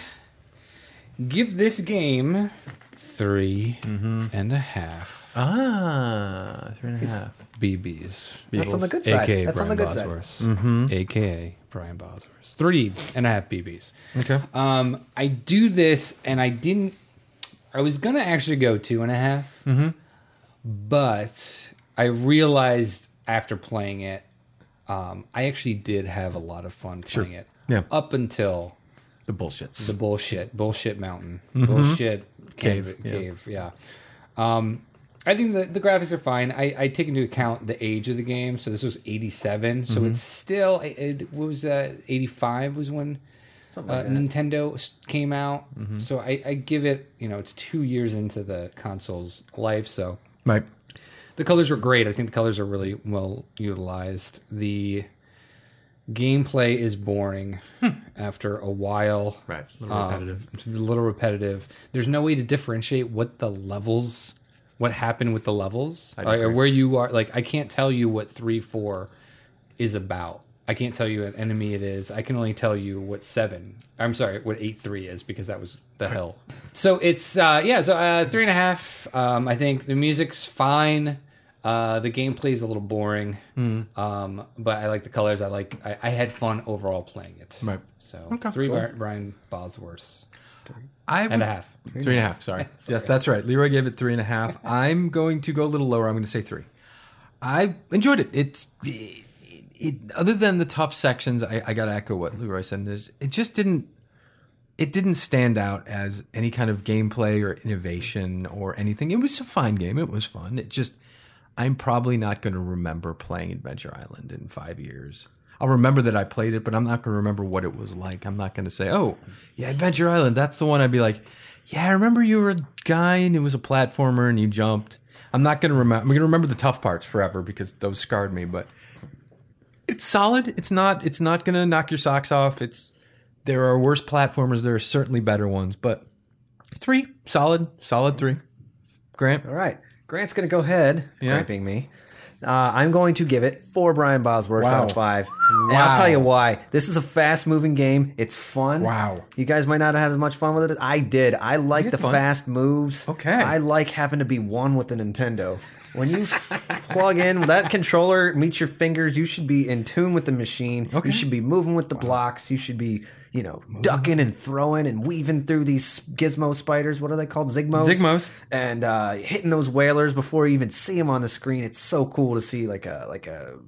[SPEAKER 3] give this game three and a half
[SPEAKER 1] ah, three and a half.
[SPEAKER 3] BBs.
[SPEAKER 2] That's on the good side.
[SPEAKER 3] AKA
[SPEAKER 2] That's
[SPEAKER 3] Brian
[SPEAKER 2] on the good side.
[SPEAKER 3] Bosworth. AKA Brian Bosworth. Three and a half BBs.
[SPEAKER 1] Okay.
[SPEAKER 3] Um, I do this, and I didn't. I was gonna actually go two and a half, but I realized after playing it, um, I actually did have a lot of fun playing it.
[SPEAKER 1] Yeah.
[SPEAKER 3] Up until
[SPEAKER 1] Uh, The bullshits.
[SPEAKER 3] the bullshit, bullshit mountain, bullshit cave,
[SPEAKER 1] Cave, yeah.
[SPEAKER 3] cave. Yeah. Um, I think the, the graphics are fine. I, I take into account the age of the game, so this was '87, so it's still it, oh, it was uh, '85 was when uh, Nintendo s- came out. So I, I give it, you know, it's two years into the console's life, so
[SPEAKER 1] right.
[SPEAKER 3] the colors were great. I think the colors are really well utilized. The gameplay is boring after a while.
[SPEAKER 1] Right. A little
[SPEAKER 3] Um, it's a little repetitive. There's no way to differentiate what the levels, what happened with the levels, or, or where you are. Like, I can't tell you what three, four is about. I can't tell you an enemy it is. I can only tell you what seven. I'm sorry, what eight three is because that was the hell. So it's uh, yeah. So uh, three and a half. Um, I think the music's fine. Uh, the gameplay is a little boring,
[SPEAKER 1] Hmm.
[SPEAKER 3] um, but I like the colors. I like. I, I had fun overall playing it.
[SPEAKER 1] Right.
[SPEAKER 3] So
[SPEAKER 1] Okay,
[SPEAKER 3] three
[SPEAKER 1] cool.
[SPEAKER 3] Bar- Brian Bosworths
[SPEAKER 1] I
[SPEAKER 3] and
[SPEAKER 1] would-
[SPEAKER 3] a half.
[SPEAKER 1] Three and a half. Sorry. yes, that's right. Leroy gave it three and a half. I'm going to go a little lower. I'm going to say three. I enjoyed it. It's it, it, other than the tough sections. I, I got to echo what Leroy said. There's, it just didn't. It didn't stand out as any kind of gameplay or innovation or anything. It was a fine game. It was fun. It just. I'm probably not going to remember playing Adventure Island in five years. I'll remember that I played it, but I'm not going to remember what it was like. I'm not going to say, oh, yeah, Adventure Island, that's the one I'd be like, yeah, I remember you were a guy and it was a platformer and you jumped. I'm not going to remember. I'm going to remember the tough parts forever because those scarred me, but it's solid. It's not, it's not going to knock your socks off. It's, there are worse platformers. There are certainly better ones, but three, solid, solid three. Grant,
[SPEAKER 2] All right. Grant's going to go ahead,
[SPEAKER 1] Yeah.
[SPEAKER 2] griping me. Uh, I'm going to give it four Brian Bosworths out
[SPEAKER 1] Wow.
[SPEAKER 2] of five. And I'll
[SPEAKER 1] Wow.
[SPEAKER 2] tell you why. This is a fast moving game. It's fun.
[SPEAKER 1] Wow.
[SPEAKER 2] You guys might not have had as much fun with it. I did. I like the
[SPEAKER 1] fun.
[SPEAKER 2] fast moves.
[SPEAKER 1] Okay.
[SPEAKER 2] I like having to be one with the Nintendo. When you plug in that controller, meets your fingers, you should be in tune with the machine.
[SPEAKER 1] Okay.
[SPEAKER 2] You should be moving with the blocks. You should be, you know, ducking and throwing and weaving through these gizmo spiders. What are they called? Zigmos?
[SPEAKER 1] Zigmos.
[SPEAKER 2] and uh, hitting those whalers before you even see them on the screen. It's so cool to see like a like a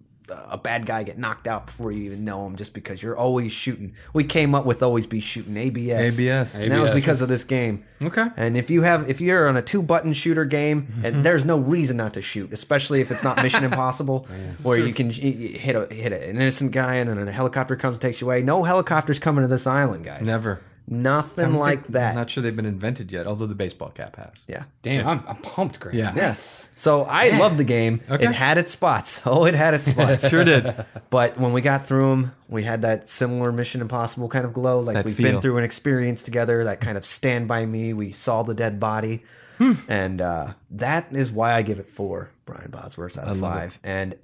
[SPEAKER 2] a bad guy get knocked out before you even know him, just because you're always shooting. We came up with always be shooting ABS.
[SPEAKER 1] ABS.
[SPEAKER 2] And that was
[SPEAKER 3] ABS.
[SPEAKER 2] because of this game.
[SPEAKER 1] Okay. Mm-hmm.
[SPEAKER 2] And if you have if you're on a two button shooter game, and there's no reason not to shoot, especially if it's not Mission Impossible, where you can y- y- hit a hit an innocent guy and then a helicopter comes and takes you away. No helicopters coming to this island, guys.
[SPEAKER 1] Never.
[SPEAKER 2] Nothing
[SPEAKER 1] don't
[SPEAKER 2] like
[SPEAKER 1] think-
[SPEAKER 2] that.
[SPEAKER 1] I'm not sure they've been invented yet, although the baseball cap has.
[SPEAKER 2] yeah.
[SPEAKER 3] Damn, I'm, I'm pumped, Grant.
[SPEAKER 1] Yeah.
[SPEAKER 2] Yes. So I loved the game.
[SPEAKER 1] Okay.
[SPEAKER 2] It had its spots. Oh, it had its spots.
[SPEAKER 1] Sure did.
[SPEAKER 2] But when we got through them, we had that similar Mission Impossible kind of glow. Like
[SPEAKER 1] That
[SPEAKER 2] we've
[SPEAKER 1] feel.
[SPEAKER 2] been through an experience together. That kind of stand by me. We saw the dead body,
[SPEAKER 1] Hmm.
[SPEAKER 2] and uh, that is why I give it four Brian Bosworth out of five. And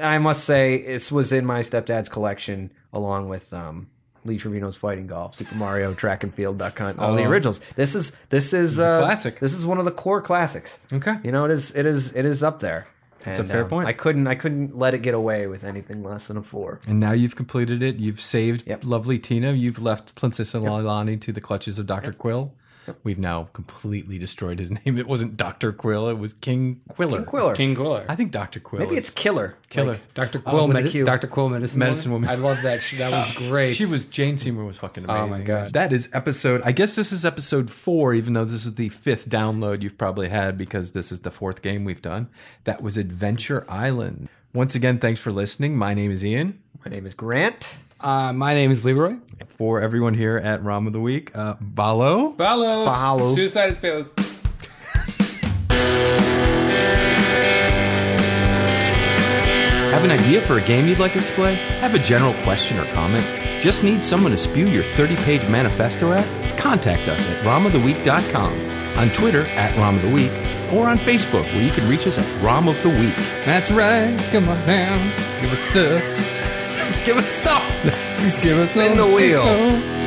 [SPEAKER 2] I must say, this was in my stepdad's collection along with. Um, Lee Trevino's Fighting Golf, Super Mario, Track and Field, Duck Hunt,
[SPEAKER 1] Oh.
[SPEAKER 2] all the originals. This is this is uh,
[SPEAKER 1] classic.
[SPEAKER 2] This is one of the core classics.
[SPEAKER 1] Okay.
[SPEAKER 2] you know it is it is it is up there. It's
[SPEAKER 1] a fair point.
[SPEAKER 2] I couldn't I couldn't let it get away with anything less than a four.
[SPEAKER 1] and now you've completed it. You've saved
[SPEAKER 2] Yep.
[SPEAKER 1] lovely Tina. You've left Princess Lilani to the clutches of Dr. Quill. We've now completely destroyed his name. It wasn't Dr. Quill, it was King Quiller.
[SPEAKER 2] Quiller.
[SPEAKER 3] King Quiller.
[SPEAKER 1] I think Dr. Quill.
[SPEAKER 2] Maybe
[SPEAKER 1] is-
[SPEAKER 2] it's Killer.
[SPEAKER 1] Killer.
[SPEAKER 3] Dr. Quill,
[SPEAKER 2] with a
[SPEAKER 3] Medi-
[SPEAKER 2] Q.
[SPEAKER 3] Dr. Quill Medicine,
[SPEAKER 1] Medicine Woman.
[SPEAKER 3] I love that. She, that was great.
[SPEAKER 1] She was Jane Seymour was fucking amazing.
[SPEAKER 3] my God.
[SPEAKER 1] That is episode I guess this is episode 4 even though this is the fifth download you've probably had because this is the fourth game we've done. That was Adventure Island. Once again, thanks for listening. My name is Ian.
[SPEAKER 2] My name is Grant.
[SPEAKER 3] Uh, my name is Leroy.
[SPEAKER 1] for everyone here at ROM of the Week. Uh, Balo.
[SPEAKER 3] Balos.
[SPEAKER 2] Balos.
[SPEAKER 3] Suicide Space.
[SPEAKER 1] Have an idea for a game you'd like us to play? Have a general question or comment? Just need someone to spew your 30 page manifesto at? Contact us at romoftheweek.com, on Twitter at ROM of the Week, or on Facebook where you can reach us at ROM of the Week.
[SPEAKER 5] That's right. Come on down. Give us stuff.
[SPEAKER 1] Give us stuff!
[SPEAKER 5] Give us
[SPEAKER 2] Spin the wheel.
[SPEAKER 5] stuff.